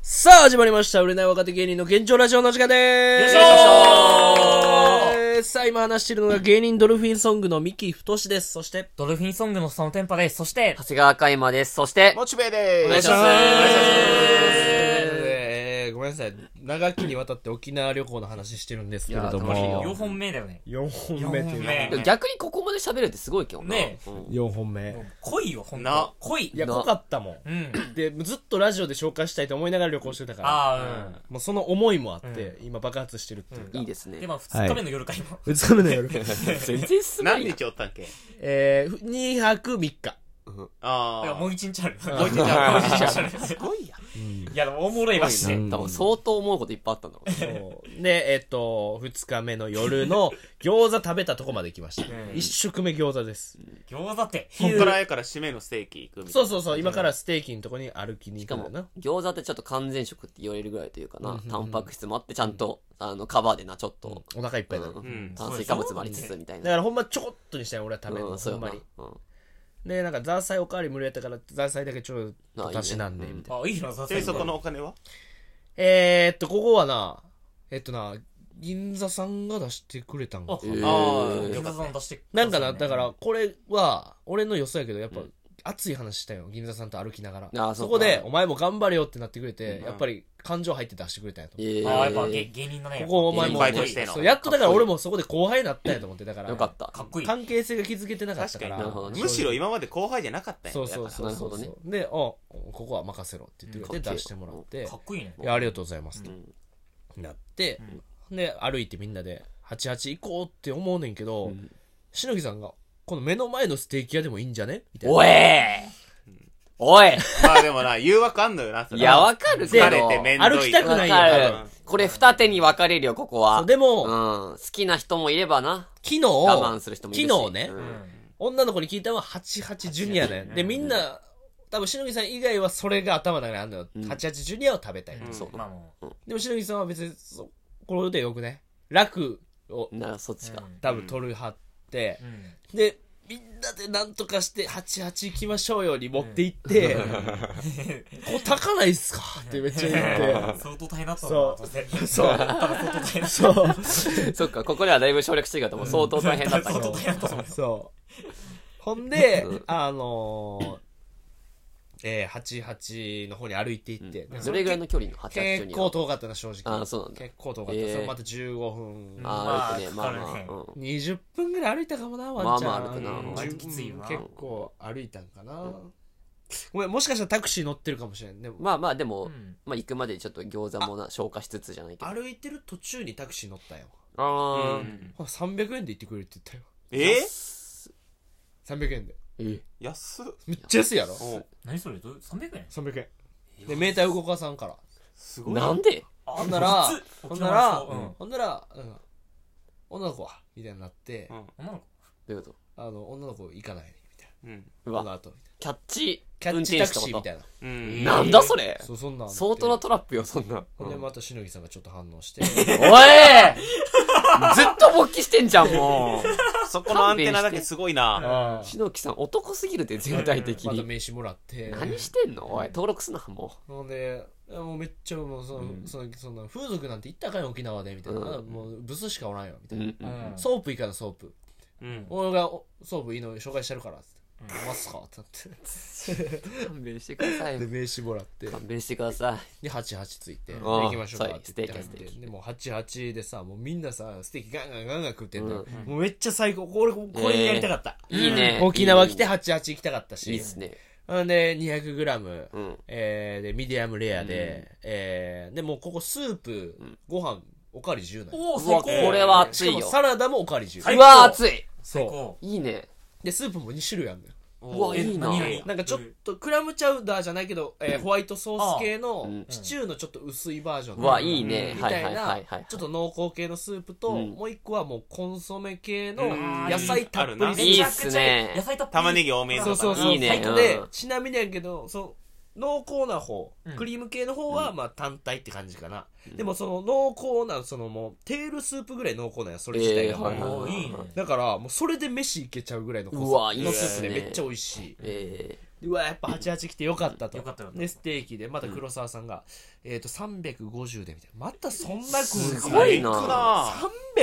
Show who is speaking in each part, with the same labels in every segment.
Speaker 1: さあ、始まりました。売れない若手芸人の現状ラジオの時間でーす。
Speaker 2: よいし
Speaker 1: えーさあ、今話しているのが芸人ドルフィンソングの三木太志です。そして、
Speaker 2: ドルフィンソングのそのテンパです。そして、
Speaker 3: 長谷川海馬です。そして、
Speaker 4: モチベでーす。お願
Speaker 1: いしますお願いします
Speaker 4: えー、ごめんなさい。長きにわたって沖縄旅行の話してるんですけれど
Speaker 3: いや
Speaker 4: も。
Speaker 3: 楽
Speaker 2: 4本目だよね。
Speaker 4: 4本目っていう
Speaker 2: 四本
Speaker 4: ね。
Speaker 2: 目
Speaker 3: 逆にここまで喋るってすごいけどな。
Speaker 2: ねえ
Speaker 3: うん
Speaker 4: 4本目。
Speaker 2: 濃いよ、ほん
Speaker 3: な
Speaker 2: と。濃い
Speaker 4: い。や、
Speaker 3: な
Speaker 4: 濃かったも
Speaker 2: うん。
Speaker 4: ん。で、ずっとラジオで紹介したいと思いながら旅行してたから。
Speaker 2: ああ、
Speaker 4: もうその思いもあって、今爆発してるっていうか。
Speaker 3: いいです
Speaker 2: うん。で、
Speaker 3: ね。
Speaker 2: まあ、2日目の夜か、今。
Speaker 4: うつむの夜。
Speaker 3: 全然進まな
Speaker 5: 何
Speaker 3: い。
Speaker 5: 日おったんけ
Speaker 4: えー、2泊3日。
Speaker 5: あ
Speaker 2: いや
Speaker 5: あ。
Speaker 2: もう一日 ある。
Speaker 5: もう一日ある
Speaker 2: もう一日ある。
Speaker 3: すごいや。
Speaker 2: いや、でもおもろいわし
Speaker 3: すご
Speaker 2: て。
Speaker 3: いな多分相当思うこといっぱいあったんだろうね。
Speaker 4: そうで、えっと、2日目の夜の餃子食べたとこまで来ました。1食目餃子です。
Speaker 2: 餃子って。
Speaker 5: こっからやから締めのステーキ行くみたいな。
Speaker 4: そうそうそう、今からステーキのとこに歩きに
Speaker 3: し
Speaker 4: 行
Speaker 3: か
Speaker 4: くんだよ
Speaker 3: も
Speaker 4: な。、
Speaker 3: 餃子ってちょっと完全食って言われるぐらいというかな、タンパク質もあって、ちゃんと、あの、カバーでな、ちょっと、
Speaker 4: お腹いっぱ
Speaker 3: う
Speaker 4: いだな、だか
Speaker 3: ん
Speaker 5: うん
Speaker 3: 炭水化物もありつつみたいな。
Speaker 4: らほんまちょこっとにしたい俺は食べるの、
Speaker 3: うん、そう
Speaker 4: ほ
Speaker 3: よ
Speaker 4: ん
Speaker 3: な
Speaker 4: まに。
Speaker 3: うん
Speaker 4: でなんかザーサイおかわり無理やったからザーサイだけちょっ
Speaker 3: ああい
Speaker 4: と
Speaker 3: いね
Speaker 4: 足しなんでみたいな
Speaker 2: あ、いいな、さすが
Speaker 5: で、
Speaker 2: に
Speaker 5: そこのお金は
Speaker 4: えー、っとここはなえっとな銀座さんが出してくれたんか
Speaker 2: あ、
Speaker 3: えー
Speaker 5: あ
Speaker 2: 餃子さん出してく
Speaker 4: な
Speaker 2: ださいね
Speaker 4: んかなだから、これは俺の予想やけどやっぱ、熱い話したよ銀座さんと歩きなが
Speaker 3: あ
Speaker 4: ら
Speaker 3: あそ
Speaker 4: そう
Speaker 3: か
Speaker 4: こでお前も頑張れよってなってくれて、やっぱり感情入って出してくれたんやと
Speaker 3: え
Speaker 4: 思う、
Speaker 3: ー
Speaker 2: ああ、やっぱ芸芸人だね。
Speaker 4: ここお前も
Speaker 5: 先輩としての
Speaker 4: そうやっとだから俺もそこで後輩になったんやと思ってだから
Speaker 3: よかった。
Speaker 2: かっこいい。
Speaker 4: 関係性が築けてなかった
Speaker 5: 確
Speaker 4: から
Speaker 3: なるほど
Speaker 5: か
Speaker 3: ね
Speaker 5: に。むしろ今まで後輩じゃなかったんや。
Speaker 4: そうそうそう
Speaker 3: なるほ
Speaker 4: そう
Speaker 3: どね
Speaker 4: であここは任せろって言ってくれて
Speaker 3: うん
Speaker 4: 出してもらって
Speaker 2: かっこいいね
Speaker 4: 「い。やありがとうございます」と
Speaker 3: ん
Speaker 4: なってで歩いてみんなで88行こうって思うねんけどしのぎさんが「この目の前のステーキ屋でもいいんじゃね?」みたいな
Speaker 3: おえおい
Speaker 5: まあでもな、誘惑あんのよな、それ
Speaker 3: いや、わかるけど。
Speaker 5: 疲れてめんどい。
Speaker 4: 歩きたく
Speaker 3: わ
Speaker 4: な
Speaker 3: か
Speaker 4: い
Speaker 3: る
Speaker 4: よ多分
Speaker 3: これ二手に分かれるよ、ここは。
Speaker 4: そうでも
Speaker 3: うん。好きな人もいればな。
Speaker 4: 昨日
Speaker 3: 我慢する人もいるし。
Speaker 4: 昨日ね
Speaker 3: うん
Speaker 2: うん
Speaker 4: 女の子に聞いたのは88ジュニアねでみんな多分しのぎさん以外はそれが頭の中にあるのよ88ジュニアを食べたいと
Speaker 3: そう
Speaker 2: まあもう。
Speaker 4: でもしのぎさんは別にそこれでよくね楽を
Speaker 3: なあ、そっちか。
Speaker 4: 多分取るはって
Speaker 2: うん。
Speaker 4: で、みんなでなんとかして、88行きましょうよに持って行 って、こう、高ないっすかってめっちゃ 言っ
Speaker 2: 相当大変だったんだな
Speaker 4: そう
Speaker 2: 当然。
Speaker 4: て。そう。
Speaker 2: 多分相当大変だった。
Speaker 4: そう。
Speaker 3: そっか、ここではだいぶ省略してるから、もう相当大変だったけ
Speaker 2: 相当
Speaker 3: ど
Speaker 2: 大。変だったと思う。
Speaker 4: そう。ほんで、あのー、えー、88の方に歩いて行って、で
Speaker 3: どれぐらいの距離の88
Speaker 4: 結
Speaker 3: に
Speaker 4: 構遠かったな、正直。
Speaker 3: あそうなんだ
Speaker 4: 結構遠かった。
Speaker 3: えー
Speaker 4: それまた15分。
Speaker 3: ああ、えっとね、
Speaker 2: ま
Speaker 3: ま
Speaker 2: あ
Speaker 3: あまあ。うん
Speaker 4: 20分ぐらい歩いたかもな、ワンちゃん。
Speaker 3: まあまあ歩くな
Speaker 4: うん
Speaker 2: 割ときついよな
Speaker 4: 結構歩いたんかな。ごめん、もしかしたらタクシー乗ってるかもしれん。でも、
Speaker 3: まあまあ、でも
Speaker 2: ん、
Speaker 3: まあ行くまでちょっと餃子もな、消化しつつじゃないけど。
Speaker 4: 歩いてる途中にタクシー乗ったよ。
Speaker 3: あ
Speaker 5: うん
Speaker 4: あ300円で行ってくれるって言っ
Speaker 5: え
Speaker 4: たよ。300円で。
Speaker 3: ーえ。
Speaker 5: 安っ。
Speaker 4: めっちゃ安いやろ
Speaker 5: お
Speaker 2: 何それどう ?300 円
Speaker 4: ?300 円。で、メーター動かさんから。
Speaker 5: すごい。
Speaker 3: なんで
Speaker 2: あ
Speaker 4: ほんなら、ほんなら、
Speaker 2: うん。
Speaker 4: ほんなら、うん女の子は、みたいになって
Speaker 5: う、ん
Speaker 2: 女の子
Speaker 3: どういうこ
Speaker 4: あの、女の子行かない、みたい
Speaker 5: うん。
Speaker 3: とう
Speaker 4: な。この
Speaker 3: わ、
Speaker 4: 後、みたい
Speaker 3: キャッチ、
Speaker 4: な。キャ
Speaker 3: 運
Speaker 4: ッチ
Speaker 3: 転
Speaker 4: タ
Speaker 3: 手
Speaker 4: ク
Speaker 3: っ
Speaker 4: シ
Speaker 3: て
Speaker 4: ー
Speaker 3: こ
Speaker 4: みた
Speaker 3: と
Speaker 4: いな。
Speaker 3: な
Speaker 5: うん。
Speaker 3: んだそれ
Speaker 4: そう、そんなん。
Speaker 3: 相当な。トラップよ、そんな。
Speaker 4: ほんで、
Speaker 3: うん
Speaker 4: またしのぎさんがちょっと反応 して、
Speaker 3: おいずっと勃起してんじゃん、もう。
Speaker 5: そこのアンテナだけすごいな。
Speaker 4: ま
Speaker 3: しのきさん、男すぎるって、全体的
Speaker 4: た
Speaker 3: に。
Speaker 4: 名刺もらって。
Speaker 3: 何してんのおい、登録すな、も
Speaker 4: ほんで、いやもうめっちゃもうその、そのその風俗なんて行ったらあかんよ沖縄でみたいな、
Speaker 3: うん
Speaker 4: もうブスしかおらんよみた
Speaker 3: う。う
Speaker 4: いな、
Speaker 3: んうん。
Speaker 2: うん
Speaker 4: ソープいいからソープ
Speaker 5: うん。
Speaker 4: 俺がおソープいいの紹介してるからっつって、ますかってなっ
Speaker 3: 勘弁してください
Speaker 4: てで。名刺もらって
Speaker 3: 勘弁してください。
Speaker 4: で88ついて、で
Speaker 3: ん
Speaker 4: 行きましょうかって言って
Speaker 3: そう
Speaker 4: 入
Speaker 3: や
Speaker 4: っ
Speaker 3: ス
Speaker 4: て
Speaker 3: テーキステー
Speaker 4: でもう88でさもうみんなさステーキガンガンガンガン食ってんだよ、もうめっちゃ最高これこれやりたかった、
Speaker 3: いいね。
Speaker 4: 沖縄来て
Speaker 3: いいね
Speaker 4: 88行きたかったし
Speaker 3: いいっすね。
Speaker 4: ほんで 200g、
Speaker 3: うん
Speaker 4: えーでミディアムレアで、えーでもうここスープ、ご飯おかわり自由なんよ
Speaker 2: おお、
Speaker 3: うわ、これは
Speaker 4: し
Speaker 3: 熱
Speaker 4: か
Speaker 3: い
Speaker 4: も
Speaker 3: よ。
Speaker 4: サラダもおかわり自由
Speaker 2: 最
Speaker 3: う
Speaker 2: 高
Speaker 3: わ、熱い。
Speaker 4: そ
Speaker 2: こ
Speaker 3: いいね。
Speaker 4: うでスープも2種類あるのよ
Speaker 3: うわ、いいな。
Speaker 2: 何
Speaker 4: なんかちょっとクラムチャウダーじゃないけど、えーホワイトソース系の
Speaker 3: ん
Speaker 4: シチューのちょっと薄いバージョン
Speaker 3: うわ、いいね。
Speaker 4: み
Speaker 3: は
Speaker 4: た
Speaker 3: いはいいは
Speaker 4: ない
Speaker 3: はい。
Speaker 4: ちょっと濃厚系のスープと、
Speaker 3: うん
Speaker 4: もう一個はもうコンソメ系の野菜たっぷ
Speaker 5: うんあ
Speaker 4: り
Speaker 5: るな
Speaker 3: いういっすね
Speaker 2: 野菜たっぷり。
Speaker 5: 玉ねぎ多めの
Speaker 4: そうそうそう
Speaker 3: いいね
Speaker 4: 最高で、
Speaker 3: うん
Speaker 4: ちなみにやけどその濃厚な方、
Speaker 2: ん
Speaker 4: クリーム系の方はまあ単体って感じかな、でもその濃厚なそのもうテールスープぐらい濃厚なんやそれ自体が、
Speaker 3: えーはい
Speaker 2: おーいいね。
Speaker 4: だからもうそれで飯いけちゃうぐらいの濃さ
Speaker 3: うわいいっ
Speaker 4: の
Speaker 3: すね
Speaker 4: スープでめっちゃ美味しい
Speaker 3: え
Speaker 4: うわやっぱ88来てよかったと
Speaker 2: よかったよかった
Speaker 4: でステーキでまた黒沢さんが、えっ、と350でみたいなまたそんな食うん
Speaker 3: す
Speaker 4: か
Speaker 3: ごい
Speaker 5: 行く
Speaker 3: な
Speaker 5: な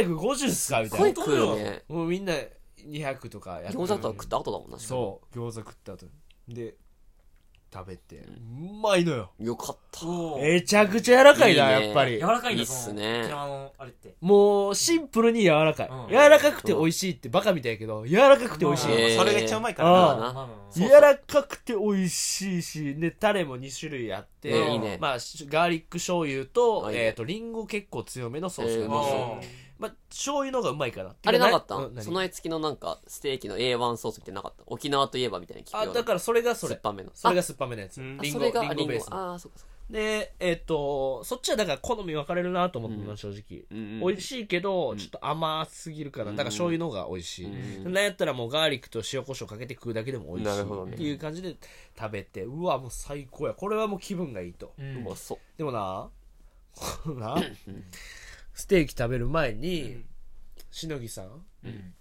Speaker 4: 350っすかみたい
Speaker 3: 声
Speaker 4: な
Speaker 3: 食うね
Speaker 4: もうみんな200とかやって
Speaker 3: 餃子とか食った後だもんな
Speaker 4: そう餃子食った後で食べてうまいのよ
Speaker 3: うよかった
Speaker 2: おー
Speaker 4: めちゃくちゃ柔らかいな
Speaker 3: ね
Speaker 4: やっぱり
Speaker 2: 柔らかいん
Speaker 3: いい
Speaker 2: だ
Speaker 3: っす
Speaker 2: その
Speaker 3: ね
Speaker 2: 沖縄のあれって
Speaker 4: もうシンプルに柔らかい、
Speaker 2: うん
Speaker 4: 柔らかくて美味しいってバカみたいやけど柔らかくて美味しい、
Speaker 3: えー
Speaker 5: それが一番うまいか
Speaker 4: あ
Speaker 5: ら
Speaker 4: ー
Speaker 5: な
Speaker 2: まあ
Speaker 3: な
Speaker 2: まあ
Speaker 4: 柔らかくて美味しいし、ね、タレも2種類あって、
Speaker 3: ねいいね
Speaker 4: まあ、しガーリック醤油と、
Speaker 3: あいいね
Speaker 4: えっ、と、リンゴ結構強めのソースが
Speaker 3: えー
Speaker 4: まあ
Speaker 3: うま
Speaker 5: うん
Speaker 4: まあ、醤油の方がうまいかな。
Speaker 3: あれなかった
Speaker 4: うん何
Speaker 3: 備え付きのなんかステーキの A1 ソースみたいなのなかった沖縄といえばみたいな聞くよう
Speaker 4: あ、
Speaker 3: な
Speaker 4: だからそれがそ
Speaker 3: 酸っ
Speaker 4: れ。
Speaker 3: ぱめの
Speaker 4: それが酸っぱめのやつ。
Speaker 5: うん
Speaker 3: あ
Speaker 4: リン
Speaker 3: そ
Speaker 4: ゴ、
Speaker 3: れが
Speaker 4: リンゴベースの。
Speaker 3: ああーそうかそうか
Speaker 4: で、えっ、と、そっちはだから好み分かれるなと思ってます、正直。美味
Speaker 3: い
Speaker 4: しいけど、ちょっと甘すぎるから、だから醤油の方が美味しい。
Speaker 3: うん
Speaker 4: なんやったらもうガーリックと塩コショウかけて食うだけでも美味し
Speaker 3: なるほど
Speaker 4: い
Speaker 3: ね
Speaker 4: っていう感じで食べて、うわ、もう最高や。これはもう気分がいいと。
Speaker 2: うん
Speaker 3: うまそう
Speaker 4: でもな、 このな、ステーキ食べる前に、しのぎさん、
Speaker 2: うん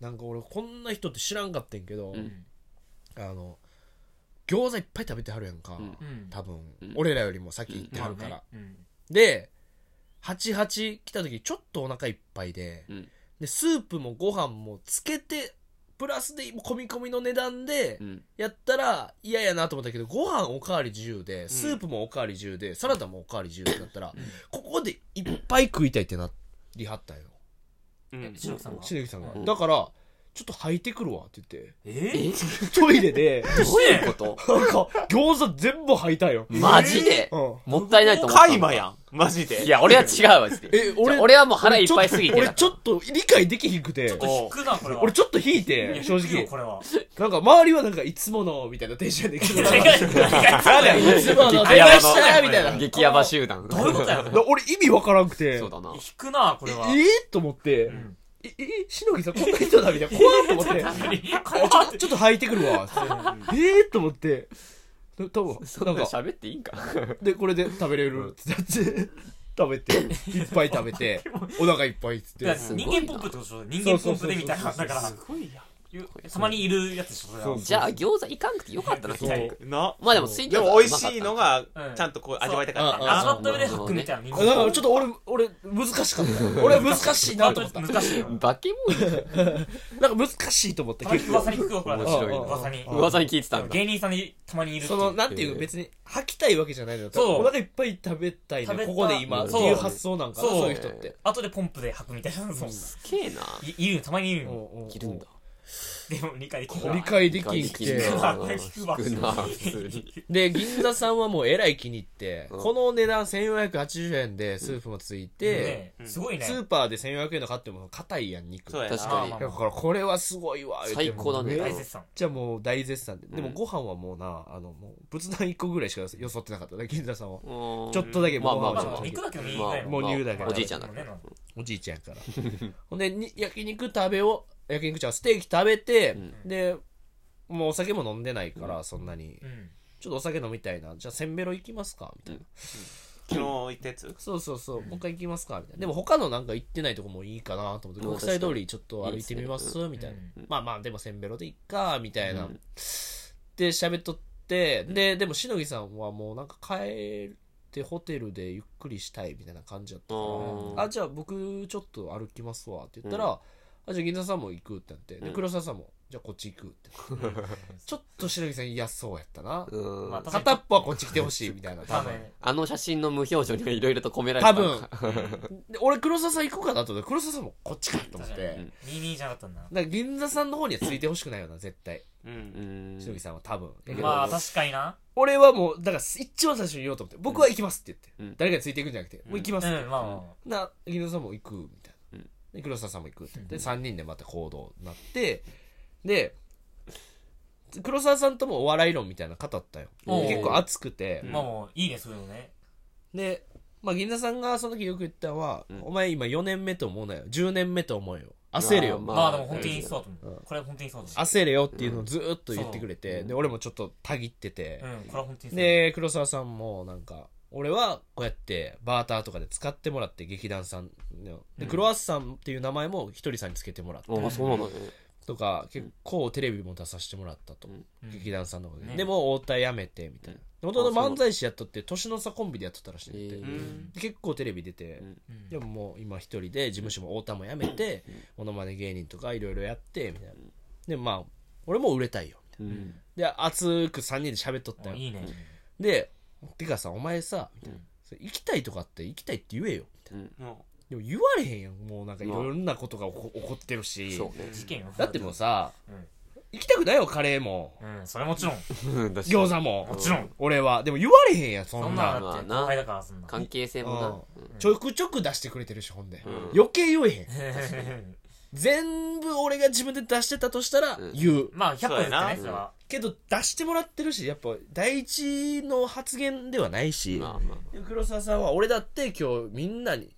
Speaker 4: なんか俺こんな人って知らんかったんけど、
Speaker 3: ん
Speaker 4: あの、餃子いっぱい食べてはるやんか。
Speaker 3: ん
Speaker 2: うん
Speaker 4: 多分、
Speaker 3: うん
Speaker 4: 俺らよりも先行ってはるから。
Speaker 2: うん
Speaker 4: で、88来た時ちょっとお腹いっぱいで、
Speaker 3: うん
Speaker 4: で、スープもご飯もつけて、プラスで込み込みの値段で
Speaker 3: う、ん
Speaker 4: やったら嫌やなと思ったけど、ご飯おかわり自由で、スープもおかわり自由で、サラダもおかわり自由だったら、ここでいっぱい食いたいってなりはったんよ。
Speaker 5: うん
Speaker 2: 白木さんが
Speaker 4: しのぎさんが。
Speaker 3: ん
Speaker 4: だから、ちょっと履いてくるわって言って、
Speaker 2: え
Speaker 3: え
Speaker 2: ー
Speaker 4: トイレで、
Speaker 3: どういうこと
Speaker 4: なんか、餃子全部履いたよ。
Speaker 3: マジで
Speaker 4: うん。
Speaker 3: もったいないと思った
Speaker 5: 海馬やんマジで
Speaker 3: いや俺は違うわマジで
Speaker 4: え俺
Speaker 3: じゃあ俺はもう腹いっぱいすぎて
Speaker 4: 俺ちょっと俺ちょっと理解できひんくて
Speaker 2: ちょっと引くなこれは
Speaker 4: 俺ちょっと引い
Speaker 2: いや
Speaker 4: て正
Speaker 2: 引くよ
Speaker 4: 直
Speaker 2: これは
Speaker 4: なんか周りはなんかいつものみたいなテンションで来てた いつもの
Speaker 3: 激
Speaker 4: 出
Speaker 3: ヤ
Speaker 4: ま
Speaker 3: バの
Speaker 4: したみたいな
Speaker 3: 激ヤバ集団
Speaker 2: どういうことやろ
Speaker 4: だ俺意味わからんくて
Speaker 3: そうだな
Speaker 2: 引くなこ
Speaker 4: え
Speaker 2: れ
Speaker 4: え
Speaker 2: は
Speaker 4: ーと思って
Speaker 2: ん
Speaker 4: ええしのぎさんこんな人だみたいな怖いと思って
Speaker 2: 怖っ
Speaker 4: ちょっと履いてくるわってえーと思って多分
Speaker 3: そん
Speaker 4: な
Speaker 3: なん
Speaker 4: か
Speaker 3: 喋っていいんか
Speaker 4: でこれで食べれるってなって食べていっぱい食べ てお腹いっぱいっつって
Speaker 2: だから
Speaker 3: すごい
Speaker 2: 人
Speaker 3: な
Speaker 2: 間ポンプってことでしょ人間ポンプでみたいなだから
Speaker 5: ごいや
Speaker 2: ゆたまにいるやつでしょそれは
Speaker 4: そう
Speaker 3: じゃあ餃子いかんくてよかったな
Speaker 4: そう
Speaker 3: 結局
Speaker 5: な
Speaker 3: まあでも水
Speaker 5: で
Speaker 3: 餃子
Speaker 5: も美味しいのが
Speaker 2: うん
Speaker 5: ちゃんとこう味わいたかった
Speaker 4: そう
Speaker 5: な
Speaker 2: 上がった上でハックみたいなみん
Speaker 4: あだから
Speaker 2: な
Speaker 4: ちょっと俺、俺、難しかった。俺は難しいなと思った。なんか
Speaker 2: 難しいよ
Speaker 3: バケモンじゃん
Speaker 4: 難しいと思って、
Speaker 2: たまに
Speaker 4: 結構
Speaker 2: 噂。に聞くわこれ
Speaker 3: 面白いな
Speaker 2: 噂に
Speaker 3: 噂に聞いてたんだ
Speaker 2: 芸人さんにたまにいるって
Speaker 4: そ
Speaker 2: い
Speaker 4: うの、なんていう、別に吐きたいわけじゃないのよ。
Speaker 2: そう
Speaker 4: お腹いっぱい食べたいの
Speaker 2: 食べ
Speaker 4: よ
Speaker 2: た
Speaker 4: ここで今、って
Speaker 3: そう
Speaker 4: いう発想なんかな、
Speaker 2: そう
Speaker 4: そういう人って。
Speaker 2: 後でポンプで吐くみたいなそう
Speaker 3: すげえない
Speaker 2: いるよたまにいる
Speaker 4: う
Speaker 2: よ
Speaker 4: んうんうん
Speaker 3: いるんだ
Speaker 2: でも理解でき
Speaker 4: こ
Speaker 2: る
Speaker 4: う
Speaker 2: わ
Speaker 4: 理解できんく
Speaker 3: 理
Speaker 4: て
Speaker 3: 解。できん
Speaker 2: わ引くわ
Speaker 3: 引くな普通に
Speaker 4: で、銀座さんはもうえらい気に入って、
Speaker 3: うん
Speaker 4: この値段1480円でスープもついて、
Speaker 2: ねすごいね
Speaker 4: スーパーで1400円の買っても硬いやん、肉。
Speaker 5: そう
Speaker 4: だ
Speaker 5: やな
Speaker 3: 確かに
Speaker 2: まあまあ
Speaker 4: からこれはすごいわ、言うて
Speaker 3: 最高だね
Speaker 4: めっ
Speaker 2: 大絶賛
Speaker 4: じゃあもう大絶賛で。でも
Speaker 3: うん
Speaker 4: ご飯はもうな、あの、もう仏壇1個ぐらいしかよそってなかったね、銀座さんは。
Speaker 3: うーん
Speaker 4: ちょっとだけ
Speaker 3: まあま
Speaker 2: ま
Speaker 3: あま
Speaker 2: あ
Speaker 3: あ
Speaker 2: まあ
Speaker 3: ま
Speaker 2: 肉だけでもいいぐ
Speaker 3: あ
Speaker 2: らいの
Speaker 4: もう肉だけ
Speaker 3: おじいちゃんだ
Speaker 2: か
Speaker 3: から
Speaker 2: ら
Speaker 4: おじいちゃんやから ほんでに焼肉食べを焼肉じゃんステーキ食べて、
Speaker 3: ん
Speaker 4: でもうお酒も飲んでないから、そんなに
Speaker 2: うん
Speaker 4: ちょっとお酒飲みたいなじゃあせんべろ行きますかみたいな、
Speaker 5: 昨日行ったやつ
Speaker 4: そうそうそう、もう一回行きますかみたいなでも他のなんか行ってないとこもいいかなと思って、
Speaker 3: うん
Speaker 4: 国際通りちょっと歩いてみますみたいな、
Speaker 2: う
Speaker 4: まあまあでもせんべろでいっかみたいな、で喋っとってででもしのぎさんはもうなんか帰ってホテルでゆっくりしたいみたいな感じだったから
Speaker 3: あ
Speaker 4: あじゃあ僕ちょっと歩きますわって言ったら、
Speaker 3: うん
Speaker 4: あじゃあ銀座さんも行くってなってで
Speaker 3: うん
Speaker 4: 黒沢さんもじゃあこっち行くってな ってちょっと白木さん嫌そうやったな
Speaker 3: うん
Speaker 2: まあ確かに
Speaker 4: 片っぽはこっち来てほしいみたい な
Speaker 2: 多
Speaker 4: 多分
Speaker 2: 分
Speaker 3: あの写真の無表情にはいろいろと込められ
Speaker 4: 多
Speaker 3: た
Speaker 4: 分で俺黒沢さん行こうかなと思って黒沢さんもこっちかと思っ
Speaker 2: 確
Speaker 4: て
Speaker 3: に
Speaker 2: 22じゃなかったんだな
Speaker 4: なんか銀座さんの方にはついてほしくないよな絶対
Speaker 5: う
Speaker 3: うんん
Speaker 4: 白木さんは多分、だけど
Speaker 2: まあ確かにな
Speaker 4: 俺はもうだから一番最初に言おうと思って僕は行きますって言って、
Speaker 3: うん
Speaker 4: 誰かについていくんじゃなくて、もう行き
Speaker 2: う
Speaker 4: ま
Speaker 2: ん
Speaker 4: すって、
Speaker 2: まあまあまあ
Speaker 4: な銀座さんも行くみたいな、
Speaker 3: うん
Speaker 4: で黒沢さんも行くってで3人でまた行動になってで黒沢さんともお笑い論みたいなの語ったよ
Speaker 2: おう
Speaker 4: 結構熱くて、
Speaker 2: まあもういいねそういうのね
Speaker 4: で、まあ、銀座さんがその時よく言ったのは、
Speaker 3: ん
Speaker 4: お前今4年目と思うなよ10年目と思うよ焦るよ、
Speaker 3: まあ
Speaker 2: まあでも本当にそうだと思うこれは本当にそうだと思
Speaker 4: 焦れよっていうのをずーっと言ってくれて、で俺もちょっとたぎってて、
Speaker 2: ううんこれは本当にそう
Speaker 4: で黒沢さんもなんか俺はこうやってバーターとかで使ってもらって劇団さんのでクロワッサンっていう名前もひとりさんにつけてもらって、
Speaker 3: あそうなのね
Speaker 4: とか結構テレビも出させてもらったと、劇団さんのことで、
Speaker 2: ね
Speaker 4: でも太田辞めてみたいなもともと漫才師やっとって年の差コンビでやっとったらしいんだって、
Speaker 3: え
Speaker 5: ん
Speaker 4: で結構テレビ出て、でももう今一人で事務所も太田も辞めてモノマネ芸人とかいろいろやってみたいなでまあ俺も売れたいよみたいな、で熱く3人で喋っとった
Speaker 2: あ
Speaker 4: よ
Speaker 2: いいね。
Speaker 4: で「てかさお前さ」みたいな、それ行きたいとかあって行きたいって言えよ」みたいな
Speaker 5: も
Speaker 4: でも言われへんやんもうなんかいろんなことが起こ起こってるし、
Speaker 3: そうね。
Speaker 2: 事件よ。
Speaker 4: だってもうさ、
Speaker 2: うん
Speaker 4: 行きたくないよカレーも
Speaker 2: うん、それもちろん。
Speaker 4: 餃子も
Speaker 2: もちろん。
Speaker 4: 俺はでも言われへんやんそんな
Speaker 2: そんな
Speaker 3: ま
Speaker 2: の
Speaker 3: あ
Speaker 2: だって
Speaker 3: な
Speaker 2: 後輩だから、そんな。
Speaker 3: 関係性もな。
Speaker 4: うんちょくちょく出してくれてるしほんで、
Speaker 3: ん
Speaker 4: 余計言えへん全部俺が自分で出してたとしたら
Speaker 3: ん
Speaker 4: 言う、
Speaker 2: まあ、100
Speaker 5: そう
Speaker 2: 歩です
Speaker 5: やな
Speaker 2: ね、それは。
Speaker 4: けど出してもらってるしやっぱ第一の発言ではないし、
Speaker 3: まあまあ。
Speaker 4: 黒沢さんは俺だって今日みんなに,、
Speaker 3: ん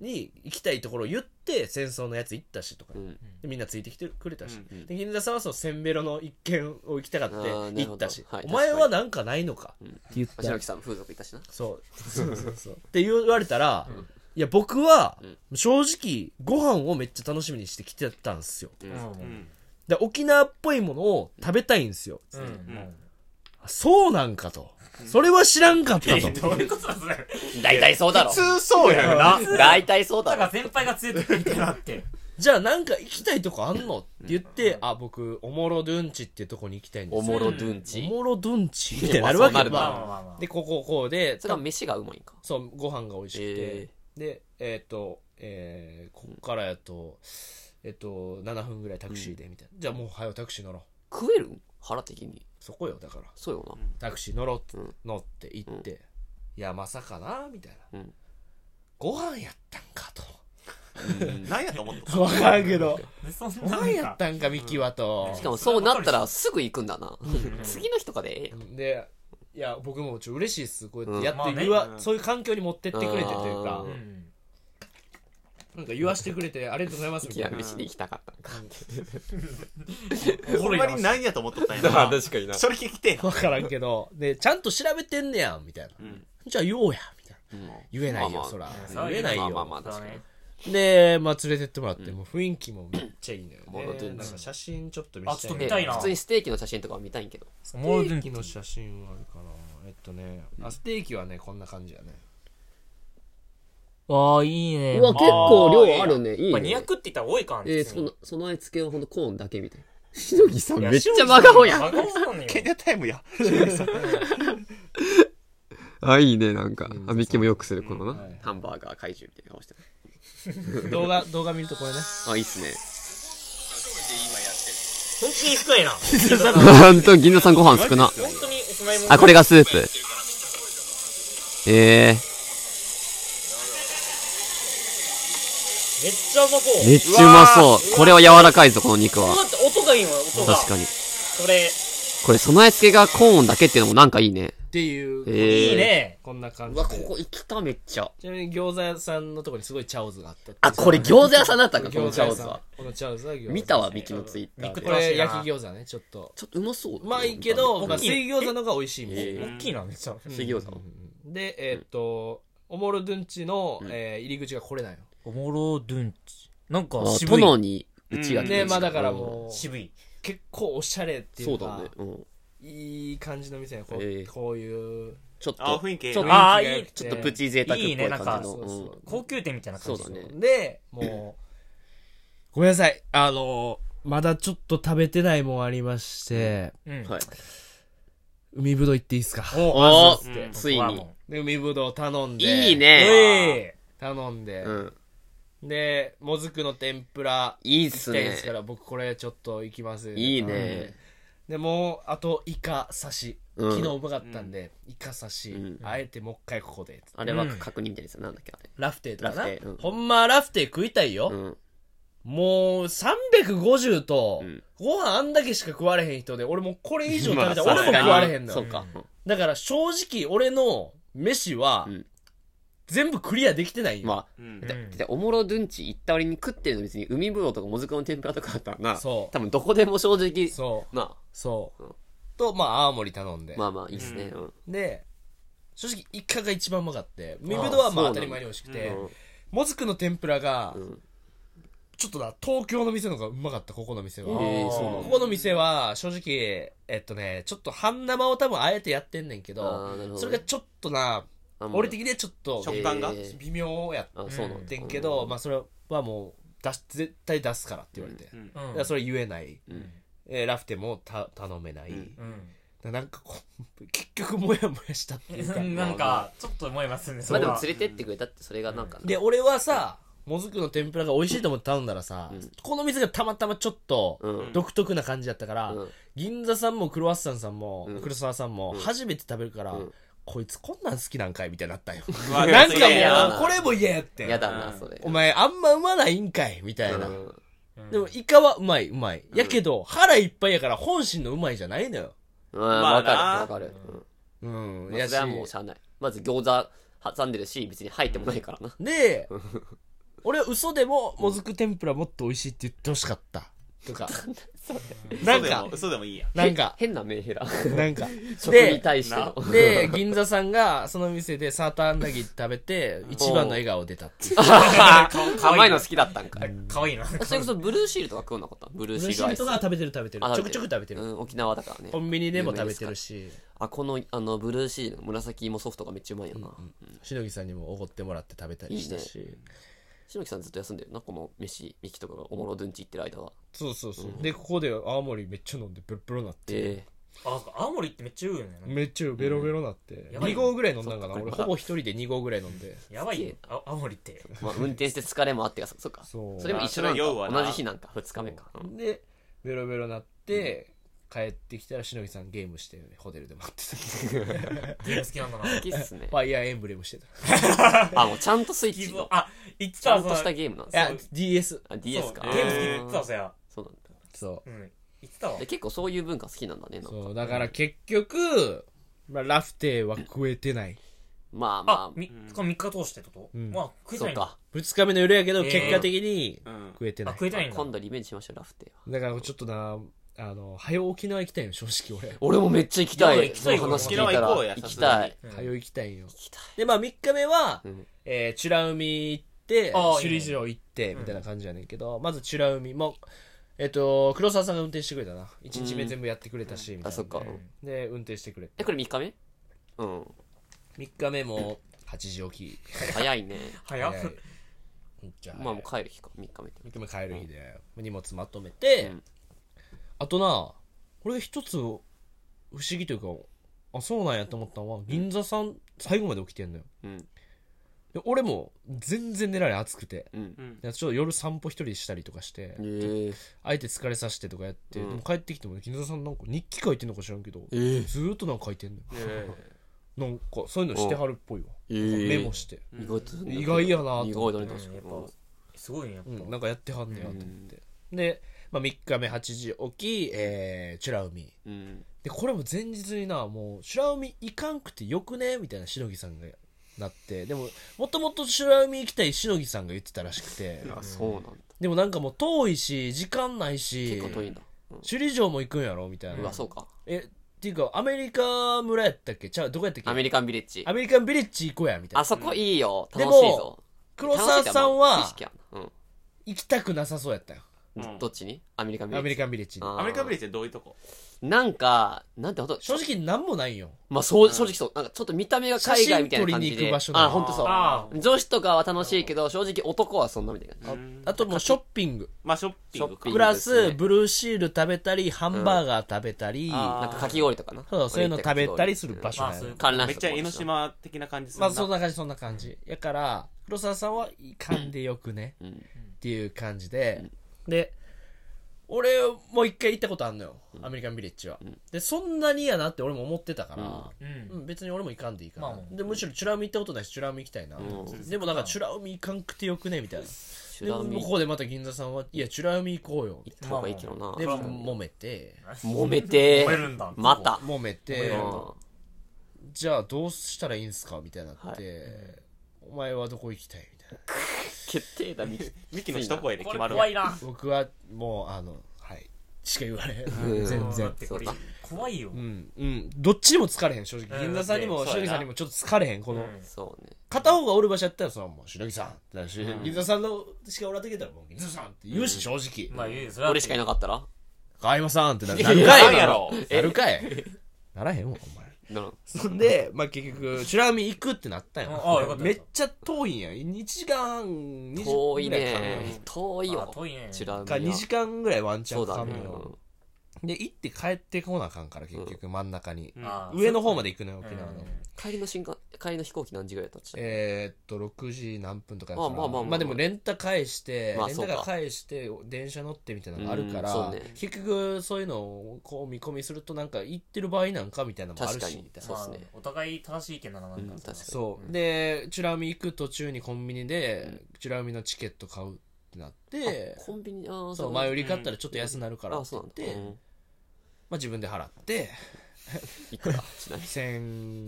Speaker 4: に行きたいところを言って戦争のやつ行ったしとか、
Speaker 3: うん
Speaker 4: でみんなついてきてくれたし、
Speaker 5: う
Speaker 4: で銀座さんはそのせんべろの一軒を行きたがって
Speaker 3: あーなる
Speaker 4: 行
Speaker 3: ほど
Speaker 4: ったし、
Speaker 3: はい
Speaker 4: お前はなんかないのかって言った、
Speaker 3: 白木さんも風俗いたしな。
Speaker 4: そうそうそうそうって言われたら、いや僕は正直ご飯をめっちゃ楽しみにしてきてたんですよ
Speaker 2: う。
Speaker 5: うんん
Speaker 4: で沖縄っぽいものを食べたいんですよ、
Speaker 2: うん。も
Speaker 4: そうなんかとそれは知らんかったと
Speaker 2: うどういうことだ、それ。
Speaker 3: 大体そうだろ
Speaker 5: 普。通そうやろな。
Speaker 3: 大体そうだ
Speaker 2: だから。
Speaker 3: ろ
Speaker 2: 先輩が連れてってみたいなって。
Speaker 4: じゃあなんか行きたいとこあんのって言って、あ、僕、おもろドゥンチっていうとこに行きたいんですよ
Speaker 3: おもろドゥンチ
Speaker 4: お。もろドゥンチみたいになるわけ
Speaker 3: まあそうなる
Speaker 2: まあ
Speaker 3: な
Speaker 2: まあまあまあ。
Speaker 4: で、こここうで、
Speaker 3: それは飯がうまいんか。
Speaker 4: そう、ご飯が美味しくて。
Speaker 3: え
Speaker 4: で、えっ、と、えー、こっからやと、えっ、と、7分ぐらいタクシーでみたいな。じゃあもう、はよタクシー乗ろう。
Speaker 3: 食える腹的に。
Speaker 4: そこよ、だから。
Speaker 3: そうよ
Speaker 4: タクシー乗ろうって、
Speaker 3: うん
Speaker 4: 乗って行って、いや、まさかな、みたいな。
Speaker 3: うん
Speaker 4: ご飯やったんか と。
Speaker 5: 何やと思った
Speaker 4: わからんけど。
Speaker 2: でそんな
Speaker 4: ご
Speaker 2: なんか
Speaker 4: 飯やったんか、ミキはと
Speaker 3: な。し。かもそうなったらすぐ行くんだな。次の日とかでええやん。
Speaker 4: でいや僕もちょっと嬉しいですこうやってやっと
Speaker 2: うん
Speaker 4: 言わ、
Speaker 5: まあね
Speaker 4: そういう環境に持ってってくれてというか
Speaker 3: うん
Speaker 2: うん
Speaker 4: なんか言わしてくれてありがとうございますみ
Speaker 3: い
Speaker 4: た
Speaker 3: や、
Speaker 4: いな
Speaker 3: 飯に行きたかったんか。
Speaker 5: ほんまに何やと思っとったんやな。
Speaker 3: かにな
Speaker 5: それ聞きてえな。
Speaker 4: 分からんけどでちゃんと調べてんねやんみたいな、
Speaker 5: ん
Speaker 4: じゃあ言おうやみたいな、言えないよ、
Speaker 3: まあまあ
Speaker 4: そら
Speaker 2: そう
Speaker 4: 言えないよ、
Speaker 3: まあまあまあ
Speaker 2: そう
Speaker 3: 確か
Speaker 2: ね。
Speaker 4: で、まあ、連れてってもらって、もう雰囲気もめっちゃいいのよ
Speaker 3: 戻って
Speaker 4: ね
Speaker 3: んの
Speaker 4: なんか写真ちょっと見せ
Speaker 2: あちょっと
Speaker 4: たい
Speaker 2: 見たいな
Speaker 3: 普通にステーキの写真とかは見たいんけど。
Speaker 4: ステーキの写真はあるかなえっとねあステーキはねこんな感じやね
Speaker 2: ああ、いいね
Speaker 3: うわ、結構量あるね。いい
Speaker 2: まあ、
Speaker 3: ね
Speaker 2: 200っ。て言ったら多いからね。
Speaker 3: えー、
Speaker 2: 別
Speaker 3: そ
Speaker 2: に
Speaker 3: の、備え付けはほんとコーンだけみたい な。しのぎさん
Speaker 2: いや
Speaker 3: めっちゃ真顔やん。
Speaker 2: 真顔なの よ。
Speaker 5: ケニアタイムや。
Speaker 3: あ、いいね、なんか。あ、ミッキーもよくする、この
Speaker 4: はい
Speaker 3: ハンバーガー怪獣みたいな顔してる。
Speaker 4: 動画動画見るとこれね
Speaker 3: あ、いいっすね。
Speaker 2: 本当に少ないな。
Speaker 3: ほんと、銀座さんご飯少な。
Speaker 2: 本当にお前も。
Speaker 3: あ、これがスープ。え
Speaker 2: めっちゃうまそう。
Speaker 3: ー、めっちゃうまそう。これは柔らかいぞ、この肉は。
Speaker 2: 待って、音がいいわ、音が。
Speaker 3: 確かに。
Speaker 2: それ、
Speaker 3: これ、備え付けがコーンだけっていうのもなんかいいね。
Speaker 4: っていう、
Speaker 3: えー、
Speaker 2: いい。ね。
Speaker 4: こんな感
Speaker 3: う
Speaker 4: じで
Speaker 3: わ、ここ行きた、めっちゃ。
Speaker 4: ちなみに餃子屋さんのとこにすごいチャオズがあったって
Speaker 3: あ、これ餃子屋さんだったんか、この
Speaker 4: 餃
Speaker 3: チ
Speaker 4: 子
Speaker 3: ャ
Speaker 4: 屋
Speaker 3: オズ
Speaker 4: さん
Speaker 3: は。
Speaker 4: このチャオズは餃子
Speaker 3: 見たわ、ミキのツイッターで。
Speaker 4: これ焼き餃子ねちょっと
Speaker 3: ちょっとうまそう。
Speaker 4: うまいけど、まあ、
Speaker 2: 大きい
Speaker 4: 水餃子の方が美味しいみたいな、
Speaker 3: え
Speaker 2: 大きいな、めっちゃ。
Speaker 3: ー、水餃子。
Speaker 4: でえーっとおもろドゥンチの、えー入り口がこれなんよ
Speaker 2: おもろドゥンチ。なんか
Speaker 3: あ、
Speaker 2: 渋
Speaker 3: 殿
Speaker 2: い。
Speaker 3: に内垣
Speaker 4: でまあだからもう
Speaker 2: 渋い。
Speaker 4: 結構おしゃれってい
Speaker 3: そううだ
Speaker 4: か
Speaker 3: ね。うん。
Speaker 4: いい感じの店やこう,、
Speaker 3: ええ
Speaker 4: こういう
Speaker 3: ちょっ
Speaker 5: あ、
Speaker 3: と、
Speaker 5: 雰囲気ええ
Speaker 3: ちょっ
Speaker 5: な。
Speaker 3: と
Speaker 2: ああ、いい。
Speaker 3: ちょっとプチ贅沢っぽい感じ
Speaker 2: いいねなんか
Speaker 3: の。
Speaker 4: そうそう
Speaker 3: うん
Speaker 2: 高級店みたいな感じ。
Speaker 3: そうだね
Speaker 4: でもう ごめんなさいあのまだちょっと食べてないもんありまして、
Speaker 2: うん。
Speaker 3: はい。
Speaker 4: 海ぶどう行っていいですか
Speaker 3: お
Speaker 2: まずですね
Speaker 3: ついに
Speaker 2: ここはも
Speaker 4: で海ぶどう頼んで
Speaker 3: いいうね。
Speaker 2: え
Speaker 4: 頼んで、
Speaker 3: うん。
Speaker 4: でもずくの天ぷら
Speaker 3: いい
Speaker 4: 行
Speaker 3: っ
Speaker 4: きた
Speaker 3: す
Speaker 4: いんですか
Speaker 3: ね。
Speaker 4: ら、僕これちょっと行きます
Speaker 3: いいね。
Speaker 4: でもうあとイカ刺し
Speaker 3: うん
Speaker 4: 昨日うまかったんで、イカ刺し、
Speaker 3: う
Speaker 4: あえてもう一回ここで
Speaker 3: あれは確認みたいですよ。なんだっけ、あれ。
Speaker 4: ラフテーだな
Speaker 3: ラフテーうん
Speaker 4: ほんまラフテー食いたいよ、
Speaker 3: うん。
Speaker 4: もう350と、
Speaker 3: ん
Speaker 4: ご飯あんだけしか食われへん人で俺もうこれ以上食べたら
Speaker 5: まあ
Speaker 4: 俺も食われへんの
Speaker 3: そ
Speaker 4: よ
Speaker 3: うか。
Speaker 4: だから正直俺の飯は、
Speaker 3: うん
Speaker 4: 全部クリアできてないよ、
Speaker 3: ま
Speaker 5: う
Speaker 3: あ、
Speaker 5: ん
Speaker 3: だっておもろドゥンチ行った割に食ってるの別に海ぶどうとかもずくの天ぷらとかだったらな。
Speaker 4: そう
Speaker 3: 多分どこでも正直、
Speaker 4: そう
Speaker 3: な
Speaker 4: そう、
Speaker 3: うん
Speaker 4: とまあ青森頼んで、
Speaker 3: あ。まあまあ、いいっすね。うん。
Speaker 4: で正直イカが一番うまかって海ぶどうはまあ
Speaker 3: そうなんだ
Speaker 4: 当たり前に美味しくて、
Speaker 3: うん
Speaker 4: もずくの天ぷらが、ちょっとな、東京の店の方がうまかった、ここの店は。
Speaker 3: え
Speaker 4: こ
Speaker 3: ー、そうなんだ
Speaker 4: この店は、正直、えっとね、ちょっと半生を多分あえてやってんねんけ
Speaker 3: あ
Speaker 4: ど、
Speaker 3: ーなるほどね
Speaker 4: それがちょっとな、
Speaker 3: あんま
Speaker 4: 俺的にはちょっと
Speaker 3: えー
Speaker 5: 食感が
Speaker 4: 微妙やっ
Speaker 3: あそうなんだ
Speaker 4: てんけど、まあそれはもう、出し、絶対出すからって言われて。
Speaker 5: うんうん
Speaker 2: う
Speaker 4: だ
Speaker 2: ん
Speaker 4: からそれ言えない。
Speaker 3: うん
Speaker 4: えーラフテもた頼めない。
Speaker 3: うん
Speaker 2: うん
Speaker 4: なんかこう、結局モヤモヤしたっていうか。
Speaker 2: なん かちょっと思いますねそ
Speaker 3: まあ
Speaker 2: れ
Speaker 3: で
Speaker 2: は
Speaker 3: も連れてってくれたってそれがなんかな
Speaker 4: で、俺はさ、もずくの天ぷらが美味しいと思って頼んだらさ、
Speaker 3: うん
Speaker 4: この店がたまたまちょっと
Speaker 3: うん
Speaker 4: 独特な感じだったから、
Speaker 3: うん
Speaker 4: 銀座さんもクロワッサンさんも、
Speaker 3: うん
Speaker 4: 黒沢さんも
Speaker 3: うん
Speaker 4: 初めて食べるから、
Speaker 3: うん
Speaker 4: こいつこんなん好きなんかいみたいになったんよ。
Speaker 5: うわ
Speaker 4: なんか
Speaker 5: いやいや
Speaker 3: や
Speaker 4: もう、これも嫌やって。
Speaker 3: やだなそれ
Speaker 4: お前あんまうまないんかいみたいな。
Speaker 3: うん
Speaker 2: うん
Speaker 4: でも、イカはうまいうまい。やけど、腹いっぱいやから本心のうまいじゃないのよ。
Speaker 3: うん
Speaker 5: まあ
Speaker 3: わかる
Speaker 5: な
Speaker 3: わかる
Speaker 4: うん。
Speaker 3: うんまあそれはもうしゃあないまず餃子挟んでるし別に入ってもないからな
Speaker 4: で、俺は嘘でも、もずく天ぷらもっと美味しいって言ってほしかった。とか。なん
Speaker 5: 嘘でも
Speaker 4: か、
Speaker 5: 嘘でもいいや
Speaker 4: なんか、
Speaker 3: 変なメン ヘラ
Speaker 4: なんか。
Speaker 3: 食に
Speaker 4: で、
Speaker 3: 対しての
Speaker 4: で、銀座さんが、その店でサーターアンダギー食べて、一番の笑顔出たっていう。
Speaker 3: 甘いの好きだったんか
Speaker 2: 可愛いな
Speaker 3: それこそブルーシールとか食うなかったブルーシ
Speaker 4: ブルー
Speaker 3: ー
Speaker 4: シ
Speaker 3: ルア
Speaker 4: ー
Speaker 3: イス
Speaker 4: トが食べてる食べてる
Speaker 3: あ。
Speaker 4: ちょくちょく食べて
Speaker 3: う
Speaker 4: る。
Speaker 3: ん沖縄だからね
Speaker 4: コンビニでも食べてるし、
Speaker 3: あこのあのブルーシールの紫芋ソフトがめっちゃうまいよな
Speaker 4: しのぎさんにもおごってもらって食べたりしたし。
Speaker 3: 篠木さんずっと休んでるなこの飯ミキとかがおもろドゥンチ行ってる間は
Speaker 4: そうそうそう。で、ここで青森めっちゃ飲んで、ベロベロなって。
Speaker 3: え
Speaker 2: あそっか青森ってめっちゃ言うよね
Speaker 4: めっちゃベロベロなって。
Speaker 2: やばい
Speaker 4: 2合ぐらい飲んだんかな。
Speaker 3: そっか
Speaker 4: 俺、ほぼ一人で2合ぐらい飲んで。
Speaker 2: やばいよあ青森って
Speaker 3: えまあ運転して疲れもあってかそそっか
Speaker 4: そう
Speaker 3: それも一緒なん
Speaker 5: まあそれは酔うわ
Speaker 3: か
Speaker 5: な
Speaker 3: 同じ日なんか2日目かうん
Speaker 4: でベロベロなって、帰ってきたらしのぎさんゲームして、ホテルで待ってた
Speaker 2: ゲーム好きなんだな
Speaker 3: 好きっすね
Speaker 4: ファイアーエンブレムしてた
Speaker 3: あもうちゃんとスイッチ
Speaker 2: 傷
Speaker 3: の
Speaker 2: をあ言って
Speaker 3: ちゃ
Speaker 2: た
Speaker 3: んとした
Speaker 2: そう
Speaker 3: ゲームなんです
Speaker 4: い
Speaker 3: ね
Speaker 4: や DS
Speaker 3: あ DS か
Speaker 2: そうゲーム好きって言ってた
Speaker 3: あー
Speaker 2: そや
Speaker 3: そうなんだ
Speaker 4: そ
Speaker 2: うん言ってたわ
Speaker 3: で結構そういう文化好きなんだね
Speaker 4: う
Speaker 3: なんか
Speaker 4: そうだから結局、まあ、ラフテーは食えてない
Speaker 3: まあ
Speaker 2: あ
Speaker 3: まあ
Speaker 2: みこれ3日通してってこと
Speaker 4: ん
Speaker 2: まあ食い
Speaker 3: そ
Speaker 2: た
Speaker 3: う
Speaker 2: いな
Speaker 3: か
Speaker 4: 2日目の夜やけど
Speaker 2: えー
Speaker 4: 結果的に
Speaker 5: うん
Speaker 4: 食えて
Speaker 2: あ
Speaker 4: ない、
Speaker 2: 食いたいんだ
Speaker 3: 今度リベンジしましょうラフテーは
Speaker 4: だからちょっとなあの早う沖縄行きたいの正直俺
Speaker 3: 俺もめっちゃ行きた
Speaker 2: いや
Speaker 3: い
Speaker 2: 行き
Speaker 3: そ
Speaker 2: たい
Speaker 3: の
Speaker 2: よ
Speaker 3: 話聞いたら
Speaker 5: 沖縄行こうや
Speaker 3: 行きたい
Speaker 2: うん
Speaker 4: 早う行きたいんよ
Speaker 3: 行きたい
Speaker 4: でまあ3日目は、
Speaker 3: うん
Speaker 4: えー、チュラ海行って
Speaker 2: あー
Speaker 4: 首里城行ってみたいな感じやねんけど、まずチュラ海もえっ、と黒沢さんが運転してくれたな1日目全部やってくれたし、みたい
Speaker 3: あ
Speaker 4: な
Speaker 3: そっか
Speaker 4: で運転してくれて
Speaker 3: えこれ3日目うん
Speaker 4: 3日目も8時起き
Speaker 3: 早いね
Speaker 2: 早っ
Speaker 4: 早いじゃあ、
Speaker 3: まあもう帰る日か3日目って
Speaker 4: 3日目帰る日で荷物まとめて、
Speaker 3: うん
Speaker 4: あとな俺が一つ不思議というかあそうなんやと思ったのは銀座さん最後まで起きてんのよ
Speaker 3: うん
Speaker 4: で俺も全然寝られん暑くて
Speaker 3: うん
Speaker 5: うん
Speaker 4: でちょっと夜散歩一人したりとかして、
Speaker 3: ええ
Speaker 4: 相手疲れさせてとかやって、
Speaker 3: うん
Speaker 4: でも帰ってきてもね銀座さんなんか日記書いてんのか知らんけど、
Speaker 3: ええ
Speaker 4: ずーっとなんか書いてんのよなんかそういうのしてはるっぽいわ、
Speaker 3: ええ
Speaker 4: メモして、
Speaker 3: 意外と
Speaker 4: 意外やなと思
Speaker 3: 意外だね
Speaker 2: うん
Speaker 3: 確かに
Speaker 2: やっぱすごいねやっぱ
Speaker 4: うん、なんかやってはんねやと思って、で、まあ、3日目8時起き、えー、チュラ海
Speaker 3: うん
Speaker 4: でこれも前日になもう「白海行かんくてよくね?」みたいなしのぎさんがなってでももともと白海行きたいしのぎさんが言ってたらしくて
Speaker 3: あそうなんだ
Speaker 4: でもなんかもう遠いし時間ないし
Speaker 3: 結構遠いんだうん
Speaker 4: 首里城も行くんやろみたいうな
Speaker 3: わそうか
Speaker 4: えっていうかアメリカ村やったっけちゃうどこやったっけ
Speaker 3: アメリカンビレッジ
Speaker 4: アメリカンビレッジ行こうやみたい
Speaker 3: あ
Speaker 4: な
Speaker 3: そこいいよ
Speaker 4: で
Speaker 3: 楽
Speaker 4: も
Speaker 3: しいぞ
Speaker 4: 黒沢さんは
Speaker 3: 楽しいってかまあ景色やな
Speaker 4: 行きたくなさそうやったよ
Speaker 3: うんどっちにアメリカンビレ
Speaker 4: ア
Speaker 3: ッ
Speaker 4: メリ
Speaker 3: ジ
Speaker 4: カンビレッジに
Speaker 3: あー
Speaker 5: アメリカブリッジってどういうとこ
Speaker 3: なんかなんてほんと
Speaker 4: 正直何もないんよ
Speaker 3: まあそう正直そうなんかちょっと見た目が海外みたい
Speaker 4: 写真撮
Speaker 3: な感
Speaker 4: りに
Speaker 3: じ
Speaker 4: 行く
Speaker 3: で
Speaker 4: 場所だな
Speaker 3: あ本当
Speaker 2: あ
Speaker 3: そう女子とかは楽しいけど正直男はそんなみたいな感じ
Speaker 5: うん
Speaker 4: あともうショッピング
Speaker 5: まあショッピング
Speaker 3: ショッピン
Speaker 5: か
Speaker 3: グ
Speaker 4: プラス
Speaker 3: いいですね
Speaker 4: ブルーシール食べたりハンバーガー食べたり、
Speaker 5: あー
Speaker 3: なんかかき氷とかな
Speaker 4: そうそういうの食べたりする場所
Speaker 2: ま
Speaker 4: なん
Speaker 2: あ
Speaker 4: や
Speaker 2: そういう
Speaker 3: 観覧
Speaker 5: めっ
Speaker 3: 車
Speaker 5: ちゃ江ノ
Speaker 3: も
Speaker 5: 島的な感じする
Speaker 4: ま
Speaker 5: な
Speaker 4: あそんな感じそんな感じやから黒沢さんは「いかんでよくね」
Speaker 3: うん
Speaker 4: っていう感じで、で俺も一回行ったことあんのよ、アメリカンビレッジは、でそんなにやなって俺も思ってたから、
Speaker 2: うん
Speaker 4: うん別に俺も行かんでいいから、
Speaker 2: まあまあ
Speaker 4: でむしろチュラ海行ったことないしチュラ海行きたいな、でもなんかチュラ海行かんくてよくねみたいな
Speaker 3: シ
Speaker 4: で
Speaker 3: ュラミ
Speaker 4: もうここでまた銀座さんは「いやチュラ海行こうよ
Speaker 3: 行った方がいいけど」な
Speaker 4: で揉めて
Speaker 3: 揉めて
Speaker 2: 揉めるんだ
Speaker 3: また
Speaker 4: 揉めて、
Speaker 3: うん
Speaker 4: じゃあどうしたらいいんすかみたいになって、お前はどこ行きたいみたいな
Speaker 3: 決定だミキ
Speaker 5: ミキの一声で
Speaker 2: こ
Speaker 5: 決
Speaker 2: れ
Speaker 5: まる
Speaker 2: 怖いな
Speaker 4: 僕はもうあのはいしか言われへん
Speaker 3: うん
Speaker 4: 全然
Speaker 2: だってこれ
Speaker 3: そう
Speaker 2: 怖いよ、
Speaker 4: うんうんどっちにも疲れへん正直
Speaker 2: うん
Speaker 4: 銀座さんに
Speaker 2: だっ
Speaker 4: も
Speaker 2: て
Speaker 4: 白木さんにもちょっと疲れへんこの、
Speaker 2: うん
Speaker 3: そうね。
Speaker 4: 片方がおる場所やったらそのもう白木さんってなるし、銀座さんのしかおらんときやったらもう銀座さんって言うし正直、
Speaker 2: まあ言うよそれは
Speaker 3: 俺しかいなかったら
Speaker 4: 川山さんってなる
Speaker 3: い
Speaker 4: な
Speaker 3: や
Speaker 4: る
Speaker 3: い
Speaker 4: かい
Speaker 3: やいや
Speaker 4: なるかいならへんわお前
Speaker 3: なる
Speaker 4: そんで、まあ、結局白波行くってなったんや
Speaker 2: ああよかった
Speaker 4: めっちゃ遠いんや1時間20
Speaker 3: 遠い
Speaker 4: ぐらいかかんの
Speaker 3: ね。遠い
Speaker 2: あ
Speaker 3: よ。
Speaker 2: 遠いね
Speaker 3: チュラミ
Speaker 4: か2時間ぐらいワンチャ
Speaker 3: そ
Speaker 4: ン
Speaker 3: う
Speaker 4: かか
Speaker 3: だ
Speaker 4: ん
Speaker 3: ね
Speaker 4: の。よで行って帰ってこなあかんから結局真ん中に、
Speaker 2: あー
Speaker 4: 上の方まで行くのよ沖縄の、
Speaker 2: うん
Speaker 3: 帰りの新幹、帰りの飛行機何時ぐらいだったっけ
Speaker 4: えーっと6時何分とかや
Speaker 3: ま
Speaker 4: から
Speaker 3: あまあまあまあ
Speaker 4: でもレンタ返して、
Speaker 3: まあ
Speaker 4: レン
Speaker 3: そう
Speaker 4: タ
Speaker 3: か
Speaker 4: カー返して電車乗ってみたいなのがあるから、
Speaker 3: うんそうね
Speaker 4: 結局そういうのをこう見込みするとなんか行ってる場合なんかみたいなのもある
Speaker 3: 確か
Speaker 4: し
Speaker 3: に
Speaker 4: みたいな
Speaker 3: そうっすね
Speaker 2: まあお互い正しい意見だななんか、
Speaker 3: うん確かに
Speaker 4: そう、
Speaker 2: うん
Speaker 4: でチュラミ行く途中にコンビニでチュラミのチケット買うってなって
Speaker 3: あコンビニ、ああ、
Speaker 4: そう前売り買ったらちょっと安なるからっ
Speaker 3: ああ、
Speaker 4: て
Speaker 3: そう
Speaker 4: 言
Speaker 3: な
Speaker 4: っ
Speaker 3: ん
Speaker 4: て
Speaker 3: だ。うん
Speaker 4: まあ、自分で払って
Speaker 3: いくらちなみに。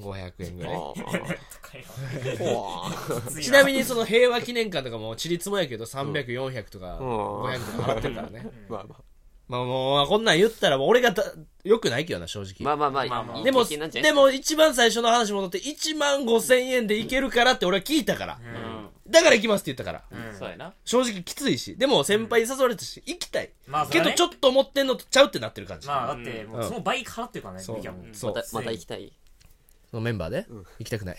Speaker 4: 1500円ぐ らい
Speaker 3: ああ
Speaker 2: 高いわ
Speaker 3: 怖
Speaker 2: きつい
Speaker 4: ちなみにその平和記念館とかもちりつもやけど300、400とか
Speaker 3: うん
Speaker 4: 500とか払ってるからね。
Speaker 3: まあまあ。
Speaker 4: まあもう、こんなん言ったらもう俺がだ良くないけどな、正直。
Speaker 3: まあまあまあ、
Speaker 2: まあまあ
Speaker 3: いい
Speaker 4: でも、
Speaker 3: 経験なんじゃ
Speaker 4: で
Speaker 3: ない
Speaker 4: も一番最初の話戻って1万5千円で行けるからって俺は聞いたから。
Speaker 2: うん
Speaker 4: だから行きますって言ったから。
Speaker 2: うん
Speaker 5: そうやな。
Speaker 4: 正直きついし。でも先輩に誘われたし、行きたい。
Speaker 2: まあそ
Speaker 4: け
Speaker 2: れは
Speaker 4: ど
Speaker 2: ね
Speaker 4: ちょっと思ってんのとちゃうってなってる感じ。
Speaker 2: まあだってもう
Speaker 4: うん
Speaker 2: その倍払ってるからね
Speaker 4: そう
Speaker 2: ミキはもう
Speaker 4: そう
Speaker 3: またまた行きたい。
Speaker 4: そのメンバーで行きたく ない。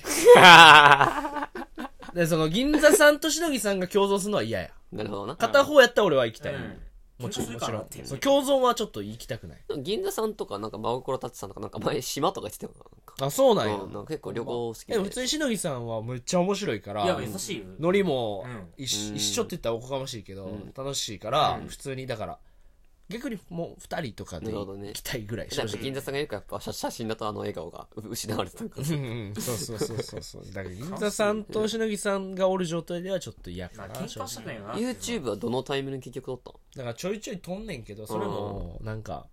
Speaker 4: で、その銀座さんとしのぎさんが共存するのは嫌や。
Speaker 3: なるほどな。
Speaker 4: 片方やったら俺は行きたい。
Speaker 2: うん
Speaker 4: もちろん、も
Speaker 2: 緊張する
Speaker 4: ち
Speaker 2: か
Speaker 4: ろ
Speaker 2: ら
Speaker 4: ん
Speaker 2: ってい。う
Speaker 4: その共存はちょっと行きたくない。
Speaker 3: でも銀座さんとか、なんか、真心達さんとか、なんか前、島とか言ってたよな。なんか
Speaker 4: あ、そうなんや。
Speaker 3: うんなんか結構旅行好きで。
Speaker 4: でも普通にしのぎさんはめっちゃ面白いか
Speaker 2: いや
Speaker 4: ら、
Speaker 2: 優しいよ
Speaker 4: ノリも
Speaker 2: うん
Speaker 4: 一,、
Speaker 3: うん
Speaker 4: 一緒って言ったらおこがましいけど、楽しいから、普通に、だから、逆にもう二人とかで
Speaker 3: なるほどね
Speaker 4: 行きたいぐらい、
Speaker 3: や
Speaker 4: 正
Speaker 3: っぱ
Speaker 4: 直。
Speaker 3: 銀座さんがいるから、やっぱ写写真だとあの笑顔がう失われてたから。
Speaker 4: うんうん、そうそうそうそうそう。だから銀座さんとしのぎさんがおる状態ではちょっと嫌か
Speaker 2: まあ
Speaker 4: な。
Speaker 2: 喧
Speaker 4: 正
Speaker 2: 嘩
Speaker 4: 直
Speaker 2: したくないよな
Speaker 3: YouTube はどのタイミングで結局撮っ
Speaker 4: だからちょいちょいとんねんけど、それも、なんか、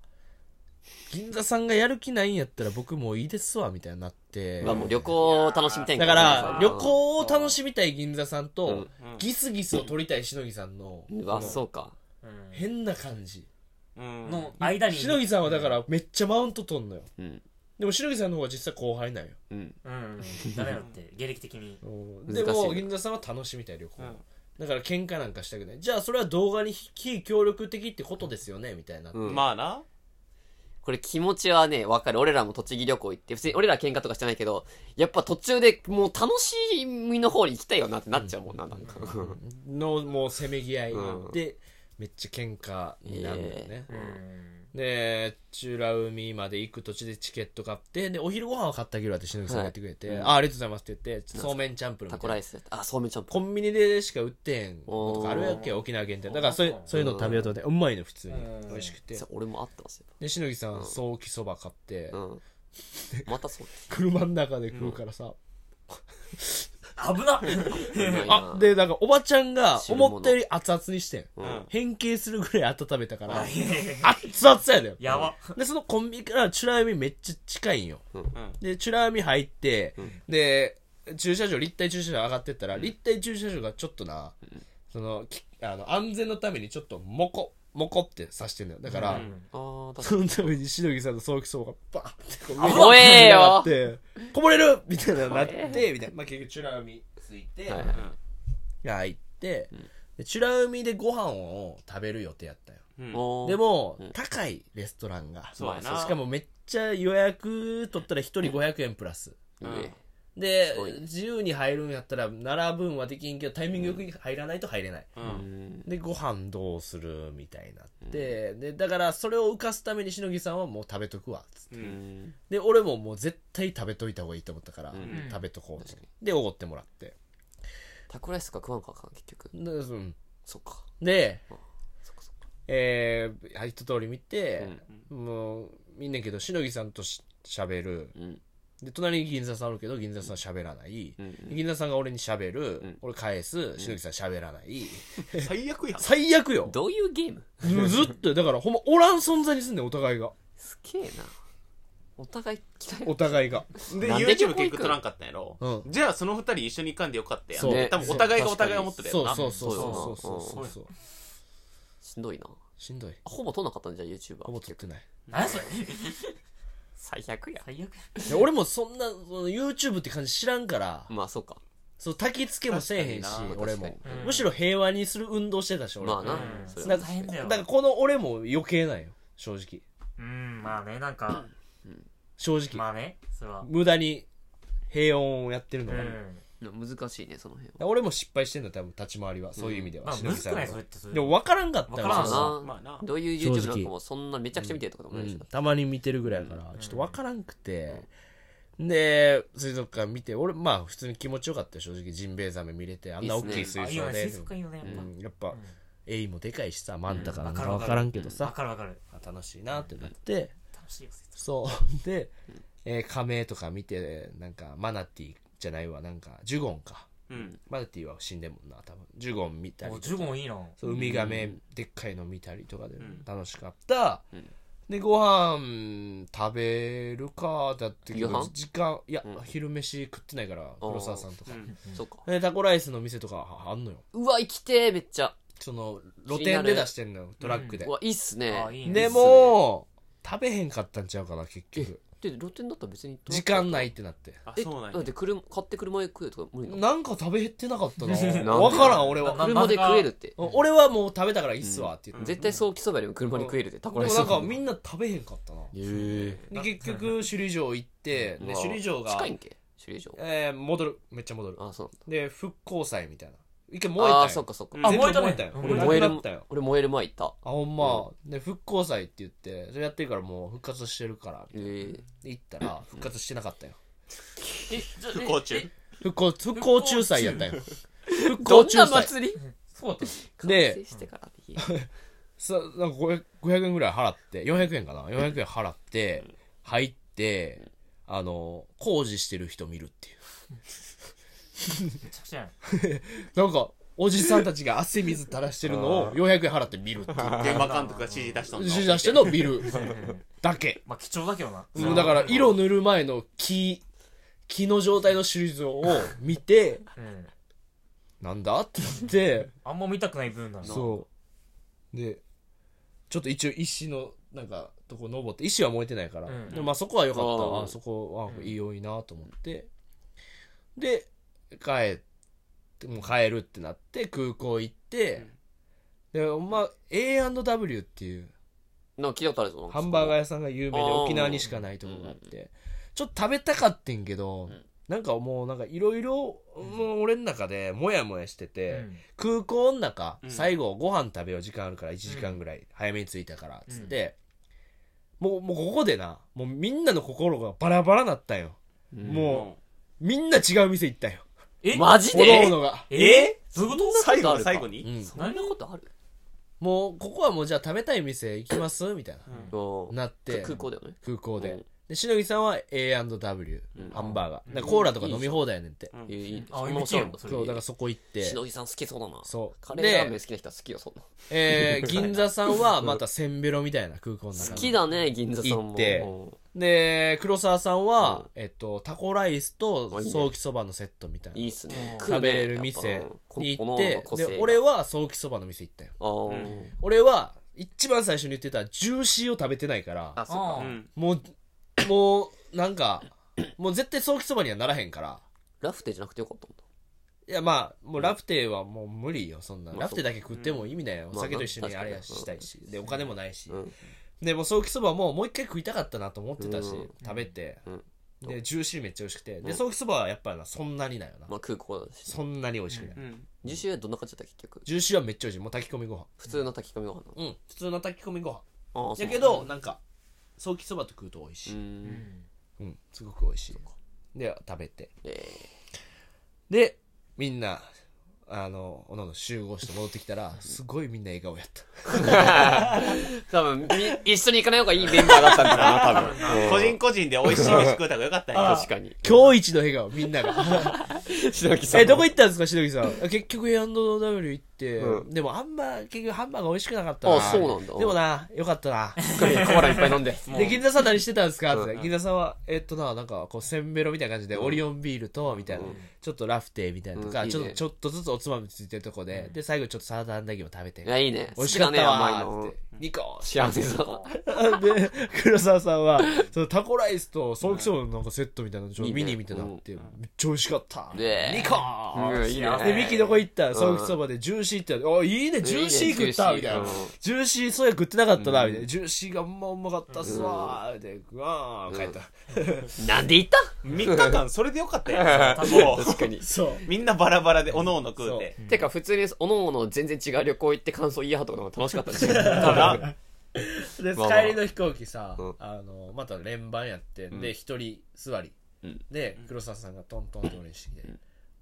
Speaker 4: 銀座さんがやる気ないんやったら僕もういいですわ、みたいになって。
Speaker 3: たのまあもう旅行を楽しみたいん
Speaker 4: だか
Speaker 3: な
Speaker 4: ら、旅行を楽しみたい銀座さんと、ギスギスを取りたいしのぎさんの、
Speaker 3: うんあ、そうか。
Speaker 2: う
Speaker 4: 変な感じ。
Speaker 5: うん
Speaker 2: ん。の間に
Speaker 4: しのぎさんはだから、めっちゃマウント取んのよ。
Speaker 3: うん。
Speaker 4: でもしのぎさんの方が実際後輩なんよ。
Speaker 3: うん。
Speaker 2: うんダメだって芸歴的に
Speaker 4: で
Speaker 3: 難しい
Speaker 4: も、
Speaker 3: ね
Speaker 4: 銀座さんは楽しみたい旅行。だから喧嘩なんかしたくない。じゃあそれは動画に非協力的ってことですよね、みたいな。
Speaker 3: うん
Speaker 5: まあな。
Speaker 3: これ気持ちはね、わかる。俺らも栃木旅行行って、普通に俺ら喧嘩とかしてないけど、やっぱ途中でもう楽しみの方に行きたいよなってなっちゃうもんな、なんか。
Speaker 4: の、もうせめぎ合い
Speaker 3: うん
Speaker 4: で、めっちゃ喧嘩になるんだよね。
Speaker 2: うん
Speaker 4: で、チュラ海まで行く途中でチケット買って、で、お昼ご飯を買ってあげるわって、しのぎさんが
Speaker 3: は
Speaker 4: 言
Speaker 3: い
Speaker 4: ってくれて、あ、ありがとうございますって言って、そうめんチャンプルみた
Speaker 3: タ
Speaker 4: いな
Speaker 3: コライスやった。あ、そうめんちゃんぽん。
Speaker 4: コンビニでしか売ってへんことかあるやっけ、沖縄限定。だからそういう
Speaker 2: うん、
Speaker 4: そういうの食べようと思って、うまいの、普通に
Speaker 2: う。ん
Speaker 4: 美味しくて
Speaker 3: そ。う俺もあってますよ。
Speaker 4: で、しのぎさん、ソーキそば買って
Speaker 3: う、ん。またそう。
Speaker 4: 車の中で食うからさ。
Speaker 2: 危な
Speaker 4: あ、で、なんか、おばちゃんが、
Speaker 3: 汁物
Speaker 4: 思ったより熱々にしてん。
Speaker 5: うん。
Speaker 4: 変形するぐらい温めたから、熱々やだよ。
Speaker 2: やば
Speaker 4: で、そのコンビニからチュラ海めっちゃ近いんよ。
Speaker 5: うん
Speaker 4: で、チュラ海入って、で、駐車場、立体駐車場上がってったら、立体駐車場がちょっとな、その、きあの、安全のためにちょっと、モコ、モコって刺してんだよ。だから、
Speaker 2: うん
Speaker 3: ああ、確か
Speaker 4: そのためにしのぎさんの早期相がバーってこう
Speaker 3: に。怖え
Speaker 4: 上
Speaker 3: よ
Speaker 4: って、こぼれるみたいなのになって、みたいな。まあ、結局、チュラ海ついて、
Speaker 3: はい
Speaker 4: 入って、でチュラ海でご飯を食べる予定やったよ。
Speaker 5: うん。
Speaker 3: もう
Speaker 4: で、も、高いレストランが。
Speaker 5: そうやな
Speaker 4: しかもめっちゃ予約取ったら1人500円プラス。
Speaker 3: ね
Speaker 4: で
Speaker 3: ごい、
Speaker 4: 自由に入るんやったら、並ぶんはできんけど、タイミングよく入らないと入れない。
Speaker 5: うん
Speaker 3: うん。
Speaker 4: で、ご飯どうするみたいになって、で、だからそれを浮かすためにしのぎさんはもう食べとくわ、つって
Speaker 5: う。
Speaker 3: うんん。
Speaker 4: で、俺ももう絶対食べといた方がいいと思ったから、
Speaker 3: ん
Speaker 4: 食べとこうって。で、おごってもらって。
Speaker 3: タコライスとか食わんかあかん、結局。
Speaker 4: で、うん
Speaker 3: そっか。
Speaker 4: で
Speaker 3: そっかそっか。
Speaker 4: えー、一通り見て、もう、見んねんけど、しのぎさんとし喋る。
Speaker 3: うん。
Speaker 4: で、隣に銀座さんおるけど、銀座さん喋らない。
Speaker 3: うん
Speaker 4: 銀座さんが俺に喋る。
Speaker 3: ん
Speaker 4: 俺返す。しのぎさん喋らない。
Speaker 5: 最悪やん。
Speaker 4: 最悪よ
Speaker 3: どういうゲーム
Speaker 4: ずっと、だからほんま、おらん存在にすんねん、お互いが。
Speaker 3: すげえな。お互い嫌い。
Speaker 4: お互いが。
Speaker 5: で、
Speaker 3: なんで旅行
Speaker 5: YouTube
Speaker 3: 行くの
Speaker 5: 結局取らんかったんやろ
Speaker 4: うん。
Speaker 5: じゃあ、その二人一緒に行かんでよかったやん。
Speaker 4: そう
Speaker 5: 多分お互いがお互い思ってたや
Speaker 4: そ
Speaker 5: ん
Speaker 4: う
Speaker 5: な。
Speaker 4: そうそう
Speaker 3: そうやな
Speaker 4: そうそうそうそう。
Speaker 3: しんどいな。
Speaker 4: しんどい。
Speaker 3: ほぼ撮んなかったんじゃん、YouTuber
Speaker 4: ほ。ぼ撮ってない。
Speaker 2: 何やそれ
Speaker 3: 最悪や。
Speaker 2: 最悪
Speaker 4: いや俺もそんな、その YouTube って感じ知らんから、
Speaker 3: まあ、そうか。
Speaker 4: その焚き付けもせえへんし
Speaker 5: 確かにな、
Speaker 4: 俺
Speaker 3: 確
Speaker 4: も
Speaker 3: か。
Speaker 2: にうん
Speaker 4: むしろ平和にする運動してたし、俺
Speaker 3: まあ
Speaker 4: も。
Speaker 3: な
Speaker 2: うん。
Speaker 3: それ
Speaker 4: な
Speaker 3: は
Speaker 4: んか
Speaker 2: 大変だよ
Speaker 4: だからこの俺も余計なんよ、正直。
Speaker 2: うんまあねなんか
Speaker 4: 正直。
Speaker 2: まあねそれは
Speaker 4: 無駄に平穏をやってるの
Speaker 2: う
Speaker 4: が、
Speaker 2: ん
Speaker 3: 難しいね、その辺は。
Speaker 4: 俺も失敗してんだ多分立ち回りは、そういう意味では、
Speaker 2: まあ
Speaker 4: 忍
Speaker 2: む
Speaker 4: び
Speaker 2: ず
Speaker 4: さ
Speaker 2: く
Speaker 4: ん
Speaker 2: ない
Speaker 4: は
Speaker 2: それってそれ
Speaker 4: でも分からんかった
Speaker 2: わからん
Speaker 3: わ
Speaker 4: さ、
Speaker 3: な
Speaker 5: まあな。
Speaker 3: どういう YouTube なんかもそんなめちゃくちゃ見てるとかでも
Speaker 4: う
Speaker 3: ないし
Speaker 4: ん
Speaker 3: な。
Speaker 4: たまに見てるぐらいだから、ちょっと分からんくて、で水族館見て俺まあ普通に気持ちよかったよ正直ジンベエザメ見れてあんな大き
Speaker 3: いい
Speaker 4: い
Speaker 3: っす
Speaker 4: 水
Speaker 2: あいいよ
Speaker 4: 槽
Speaker 2: ね
Speaker 4: で
Speaker 2: 水族館いいよねやっぱ
Speaker 4: うんやっぱエイもでかいしさマンタかな
Speaker 2: うんん
Speaker 4: か分からんけど
Speaker 2: わ
Speaker 4: さ、
Speaker 2: かるわかる
Speaker 4: あ楽しいなってなって、
Speaker 2: 楽しいよ水族
Speaker 4: そう で、えー、カメとか見てなんかマナティーじゃないわなんかジュゴンか
Speaker 5: うん。
Speaker 4: マナティーは死んでんもんな多分ジュゴン見た
Speaker 2: 館
Speaker 4: り
Speaker 2: おジュゴンいいな
Speaker 4: そうウミガメでっかいの見たりとかで
Speaker 5: ん
Speaker 4: 楽しかった、
Speaker 3: ん
Speaker 4: でご飯食べるかだって
Speaker 3: 夕飯
Speaker 4: 時間いや、
Speaker 3: うん
Speaker 4: 昼飯食ってないから黒沢さんとか、
Speaker 5: うん
Speaker 3: そうか。
Speaker 4: でタコライスの店とかあんのよ
Speaker 3: うわ、生きてーめっちゃ。
Speaker 4: その
Speaker 3: 気
Speaker 4: 露
Speaker 3: にな
Speaker 4: 店
Speaker 3: る
Speaker 4: で出してんのよトラックで、
Speaker 3: うわ、いいっす
Speaker 2: あ
Speaker 3: ね。
Speaker 2: いいね
Speaker 4: でも食べへんかったんちゃうかな結局
Speaker 3: で、露店だったら別に。
Speaker 4: 時間ないってなって
Speaker 5: あ、
Speaker 3: え、
Speaker 5: そうなん
Speaker 3: だ
Speaker 5: や
Speaker 3: って車、買って車で食えるとか無理なの
Speaker 4: なんか食べてなか ったな
Speaker 3: んで
Speaker 4: 分からん俺は
Speaker 2: な
Speaker 3: 車で食えるって。
Speaker 4: 俺はもう食べたからいいっすわって言って、
Speaker 3: 絶対早期そばよりも車で食えるって、タコ
Speaker 4: で
Speaker 3: ライ
Speaker 4: も
Speaker 3: ス。
Speaker 4: なんかみんな食べへんかったな
Speaker 3: え
Speaker 4: で結局首里城行って、
Speaker 3: え。
Speaker 4: で首里城が
Speaker 3: 近いんけ首里城。
Speaker 4: えー戻るめっちゃ戻る
Speaker 3: あ、そう
Speaker 4: で復興祭みたいな一回燃え
Speaker 3: なんだ。あ
Speaker 4: た
Speaker 3: ー、そ
Speaker 4: よ
Speaker 3: っかそっか。
Speaker 2: あ
Speaker 4: 全部
Speaker 2: 燃えたね
Speaker 4: よ
Speaker 2: うん
Speaker 4: 俺
Speaker 3: 燃え
Speaker 4: なくなった
Speaker 3: る
Speaker 4: よ、
Speaker 3: 俺燃える前行った。
Speaker 4: あほんま、で復興祭って言ってそれやってるからもう復活してるから
Speaker 3: えー
Speaker 4: で行ったら復活してなかったよ
Speaker 2: えじゃあ
Speaker 5: 不幸中。
Speaker 4: 復興復興仲裁やったよ復興
Speaker 3: どん
Speaker 4: 仲
Speaker 3: な
Speaker 4: 裁
Speaker 3: 祭り
Speaker 2: そうだったの
Speaker 4: で
Speaker 3: 完成してからでいい
Speaker 4: さなんか 500, 500円ぐらい払って400円かな400円払って入ってあの工事してる人見るっていう
Speaker 2: めちゃくちゃやん
Speaker 4: なんかおじさんたちが汗水垂らしてるのを400円払って見るって いう
Speaker 5: 現場監督が指示出したんだ。
Speaker 4: 指示出してんのを見るだけ
Speaker 2: まあ貴重だけどな
Speaker 4: もうだから色塗る前の木木の状態の首里城を見て
Speaker 2: うん
Speaker 4: なんだってなって
Speaker 2: あんま見たくない部分だな
Speaker 4: そうでちょっと一応石のなんかとこ登って石は燃えてないから、
Speaker 2: うん
Speaker 4: でもまあそこは良かった
Speaker 3: あ
Speaker 4: わ
Speaker 3: ー
Speaker 4: あそこ
Speaker 2: う
Speaker 4: は
Speaker 2: ん
Speaker 4: いい良いなと思ってで帰ってもう帰るってなって空港行って、でまあ A&W っていう
Speaker 3: なんか聞いたことあるぞ。
Speaker 4: ハンバーガー
Speaker 3: ー。
Speaker 4: 屋さんが有名で
Speaker 3: あー
Speaker 4: 沖縄にしかないとこがあってちょっと食べたかってんけど、
Speaker 3: ん
Speaker 4: なんかもうなんかいろいろもう俺の中でモヤモヤして
Speaker 2: う
Speaker 4: て、
Speaker 2: ん
Speaker 4: 空港の中、
Speaker 5: うん
Speaker 4: 最後ご飯食べよう時間あるから1時間ぐらい早めに着いたからっつって、もうもうここでなもうみんなの心がバラバラなったんよ、もうみんな違う店行ったんよ
Speaker 2: え
Speaker 3: マジ
Speaker 4: おのお
Speaker 3: で
Speaker 4: のが
Speaker 2: えどういうこ
Speaker 5: うん最後
Speaker 3: ある
Speaker 5: の
Speaker 3: か
Speaker 5: 最後に
Speaker 4: うん
Speaker 2: と
Speaker 3: そんなことある
Speaker 4: もうここはもうじゃあ食べたい店行きますみたい
Speaker 5: うん
Speaker 4: な
Speaker 3: うん
Speaker 4: なって
Speaker 3: く空港だよね。
Speaker 4: 空港で、
Speaker 3: うん
Speaker 4: でしのぎさんは A&W、
Speaker 3: うん
Speaker 4: ハンバーガー、
Speaker 2: うん
Speaker 4: なんかコーラとか飲み放題やねんって、
Speaker 5: うん
Speaker 3: いやいいね
Speaker 2: あ
Speaker 3: そんな面白いの
Speaker 2: 見てよ
Speaker 4: そうだから
Speaker 3: そ
Speaker 4: そこ行って
Speaker 3: れしのぎさん好きそうだな。
Speaker 4: そう
Speaker 3: カレーラーメン
Speaker 4: で、
Speaker 3: 好きな人は好きよ、そんな。
Speaker 4: えー銀座さんはまたせんべろみたいな空港の中
Speaker 3: 好
Speaker 4: の
Speaker 3: きだね、銀座さんも。
Speaker 4: 行って
Speaker 3: うん
Speaker 4: で黒沢さんは、
Speaker 3: うん
Speaker 4: えっと、タコライスとソーキそばのセットみたいない
Speaker 3: いっすね。
Speaker 4: 食べれる店に行ってで俺
Speaker 3: 俺
Speaker 4: はソーキそばの店行ったよ
Speaker 3: あー
Speaker 5: うん
Speaker 4: 俺は一番最初に言ってたジューシーを食べてないから
Speaker 3: あ、そうか。
Speaker 5: うん
Speaker 4: もうもうなんかもう絶対ソーキそばにはならへんから
Speaker 3: ラフテじゃなくてよかったんだ。
Speaker 4: いやまあもうラフテーはもう無理よそんな
Speaker 3: まあ
Speaker 4: ラフテーだけ食っても意味ないよ
Speaker 3: うん
Speaker 4: お酒と一緒に
Speaker 3: まあ
Speaker 4: あ
Speaker 3: な
Speaker 4: れしたいしでお金もないし
Speaker 3: うん
Speaker 4: でもうソーキそばももう一回食いたかったなと思ってたし
Speaker 3: うん
Speaker 4: 食べて
Speaker 3: うん
Speaker 4: でジューシーめっちゃ美味しくて
Speaker 3: う
Speaker 4: で
Speaker 3: ん
Speaker 4: ソーキそばはやっぱなそんなになよな
Speaker 3: まあ空港だし。
Speaker 4: そんなに美味しくない
Speaker 5: うん。
Speaker 3: 自習はどんな感じだった結局。
Speaker 4: ジューシーはめっちゃ美味しいもう炊き込みご飯
Speaker 3: 普通の炊き込みご飯なの
Speaker 4: うん普通の炊き込みご飯
Speaker 3: あーそう
Speaker 4: やけどなんかソーキそばと食うと美味し
Speaker 3: う。
Speaker 4: い
Speaker 2: うんん
Speaker 4: うん、すごく美味しいで食べて
Speaker 3: え
Speaker 4: でみんなあのおのおの集合して戻ってきたらすごいみんな笑顔やった
Speaker 3: ー多分、み一緒に行かない方がいいメンバーだったんだな、多分。
Speaker 5: 個人個人で美味しい飯食うた方がよかったんや
Speaker 3: 確かに。
Speaker 4: 今日一の笑顔みんなが
Speaker 3: 白木さん。
Speaker 4: えどこ行ったんですかしのぎさん結局 A&W 行っって、
Speaker 3: う
Speaker 4: でもあんま結局ハンバーガー美味しくなかったな
Speaker 3: あそうなんだ
Speaker 4: でもなよかった な
Speaker 3: コーラいっぱい飲んで。
Speaker 4: で銀座さん何してたんですかっ
Speaker 3: う
Speaker 4: て
Speaker 3: ん
Speaker 4: 銀座さんはえっとななんかこうせんべろみたいな感じで、オリオンビールとみたいな、
Speaker 3: うん
Speaker 4: ちょっとラフテーみたいなとか、
Speaker 3: うんいい
Speaker 4: ち
Speaker 3: ね
Speaker 4: ょっとちょっとずつおつまみついてるとこで、で最後ちょっとサラダあんだけも食べて
Speaker 3: いや、いいね。
Speaker 4: 美味しかった
Speaker 3: 好きだね、甘い
Speaker 4: わーっ
Speaker 3: の
Speaker 4: て。ニコー
Speaker 3: 幸せそう。
Speaker 4: で黒沢さ んはそのタコライスとソーキそばのなんかセットみたいなのちょっとミニみたいなのあってめっちゃ美味しかった
Speaker 3: ねえ
Speaker 4: ニコー
Speaker 3: うん、いい
Speaker 2: 幸
Speaker 3: ね。
Speaker 2: せ
Speaker 4: で、ミキどこ行った
Speaker 3: ん
Speaker 4: ソーキそばでジューシーって言われて、あ、いいね、ジューシー食った
Speaker 3: いいね
Speaker 4: みたいな
Speaker 3: ジューシーうん。
Speaker 4: ジューシーそや食ってなかったな、みたいな。ジューシーがうまうまかったっすわーで、うわー帰った。
Speaker 3: なんで行った
Speaker 5: 3日間それでよかったやんもう
Speaker 3: 確かに。
Speaker 4: そう。
Speaker 5: みんなバラバラでおのおの食うて
Speaker 3: てか、普通に、おのおの全然違う旅行行って感想言い合うとかの方が楽しかったし。
Speaker 5: ただ
Speaker 4: で、
Speaker 3: まあまあ
Speaker 4: 帰りの飛行機さ
Speaker 3: うん、
Speaker 4: あの、また連番やって、で、一人座り
Speaker 3: うん。
Speaker 4: で、黒沢さんがトントンと俺にしてきて、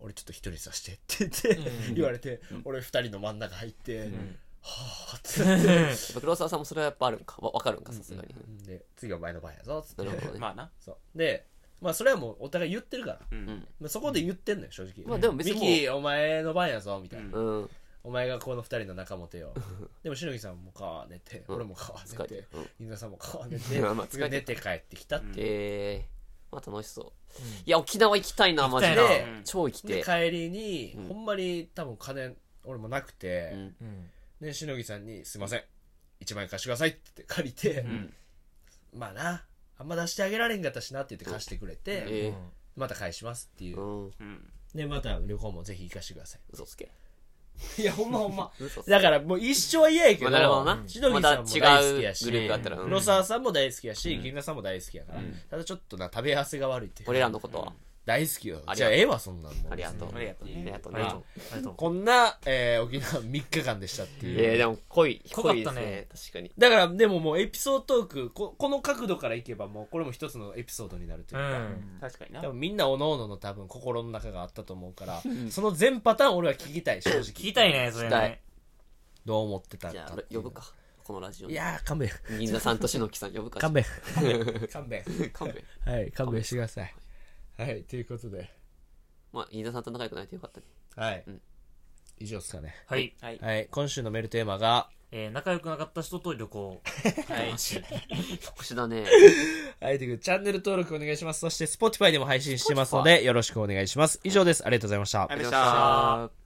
Speaker 4: 俺ちょっと一人にさせてって言って、言われて、俺二人の真ん中入って、はぁって 言っ
Speaker 3: 黒沢さんもそれはやっぱあるんか。わわかるんか、さすがに。
Speaker 4: て、で、次お前の番やぞ、つって
Speaker 3: な。るほどね。
Speaker 5: まあな
Speaker 4: そう。で、まあそれはもうお互い言ってるから。
Speaker 5: うん
Speaker 4: まあ、そこで言ってんのよ正直、
Speaker 3: まあでも別にもう
Speaker 4: ミキお前の番やぞみたいな、
Speaker 5: うん
Speaker 3: うん。
Speaker 4: お前がこの二人の仲持て よでもしのぎさんもか寝て、
Speaker 3: うん
Speaker 4: 俺もか寝
Speaker 3: 疲れ
Speaker 4: て
Speaker 3: てる。うん
Speaker 4: 銀座さんもか寝
Speaker 3: まあまあ
Speaker 4: て
Speaker 3: 疲れて
Speaker 4: 寝
Speaker 3: る
Speaker 4: て帰ってきたって、
Speaker 3: えー、まあ楽しそう。いや、沖縄行きたいな、マジ
Speaker 2: 行きた
Speaker 3: で
Speaker 2: いなうん。
Speaker 3: 超行き
Speaker 4: で
Speaker 3: て。
Speaker 4: 帰りに、
Speaker 3: うん
Speaker 4: ほんまに多分金俺もなく
Speaker 3: う
Speaker 4: て、
Speaker 3: ん
Speaker 2: うん
Speaker 4: でしのぎさんに「すいません1万円貸してください」って言って借りて、
Speaker 3: ん
Speaker 4: まあなあんま出してあげられんかったしなって言って貸してくれて、
Speaker 3: えー
Speaker 4: また返しますっていう、
Speaker 3: うん。
Speaker 5: うん
Speaker 4: でまた旅行もぜひ行かしてくださ
Speaker 3: 嘘つけ。
Speaker 4: いいやほんまほんま
Speaker 3: 嘘つけ。
Speaker 4: だからもう一生嫌やけど、
Speaker 3: まあなるほどな
Speaker 4: しのぎさんも大好きやし、
Speaker 3: また違うグループがあったらうん
Speaker 4: 黒沢さんも大好きやし、銀座さんも大好きやから、ただちょっとな、食べ合わせが悪いっていう。
Speaker 3: 俺らのことは。
Speaker 4: 大好きよ
Speaker 3: あ。り
Speaker 4: じ
Speaker 3: が
Speaker 4: ゃあ
Speaker 3: とう
Speaker 4: ええわ、そんなんもう
Speaker 3: ありがとう。
Speaker 5: ありがとう
Speaker 3: ありがとう
Speaker 2: ありがと
Speaker 3: ね
Speaker 2: う。ありがとう
Speaker 4: こんな、えー、沖縄3日間でしたっていう。
Speaker 3: いや、でも濃い、
Speaker 2: 濃かっ
Speaker 3: 濃いで
Speaker 2: た
Speaker 3: す
Speaker 2: ね
Speaker 3: ね。確かに。
Speaker 4: だから、でももうエピソードトークこ、この角度からいけばもう、これも一つのエピソードになるというう。
Speaker 2: ん
Speaker 5: 確かにな
Speaker 4: 多分みんなおののの多分心の中があったと思うから、その全パターン俺は聞きたい、正直。聞
Speaker 2: 聞きたい。ねそれ
Speaker 3: 聞きたい
Speaker 2: ね
Speaker 4: どう思ってた
Speaker 3: じゃ
Speaker 4: か
Speaker 3: あ、呼ぶ。か。このラジオ
Speaker 4: い
Speaker 3: に。
Speaker 4: やー、勘 弁。
Speaker 3: 銀座さんとしのきさん呼ぶか。
Speaker 4: 勘弁。 勘弁。
Speaker 3: 勘弁。
Speaker 4: はい、勘弁してください。はい、ということで、
Speaker 3: まあ、銀座さんと仲良くなれてよかったね。
Speaker 4: はい、
Speaker 3: ん
Speaker 4: 以上ですかね。
Speaker 2: はい
Speaker 5: はい
Speaker 4: はい、今週のメールテーマが、
Speaker 2: えー仲良くなかった人と旅行
Speaker 5: はい
Speaker 3: 特殊だね。
Speaker 4: はい、ということでチャンネル登録お願いします。そして、Spotify でも配信してますので、よろしくお願いします。以上です。ありがとうございました
Speaker 5: ありがとうございました
Speaker 3: あ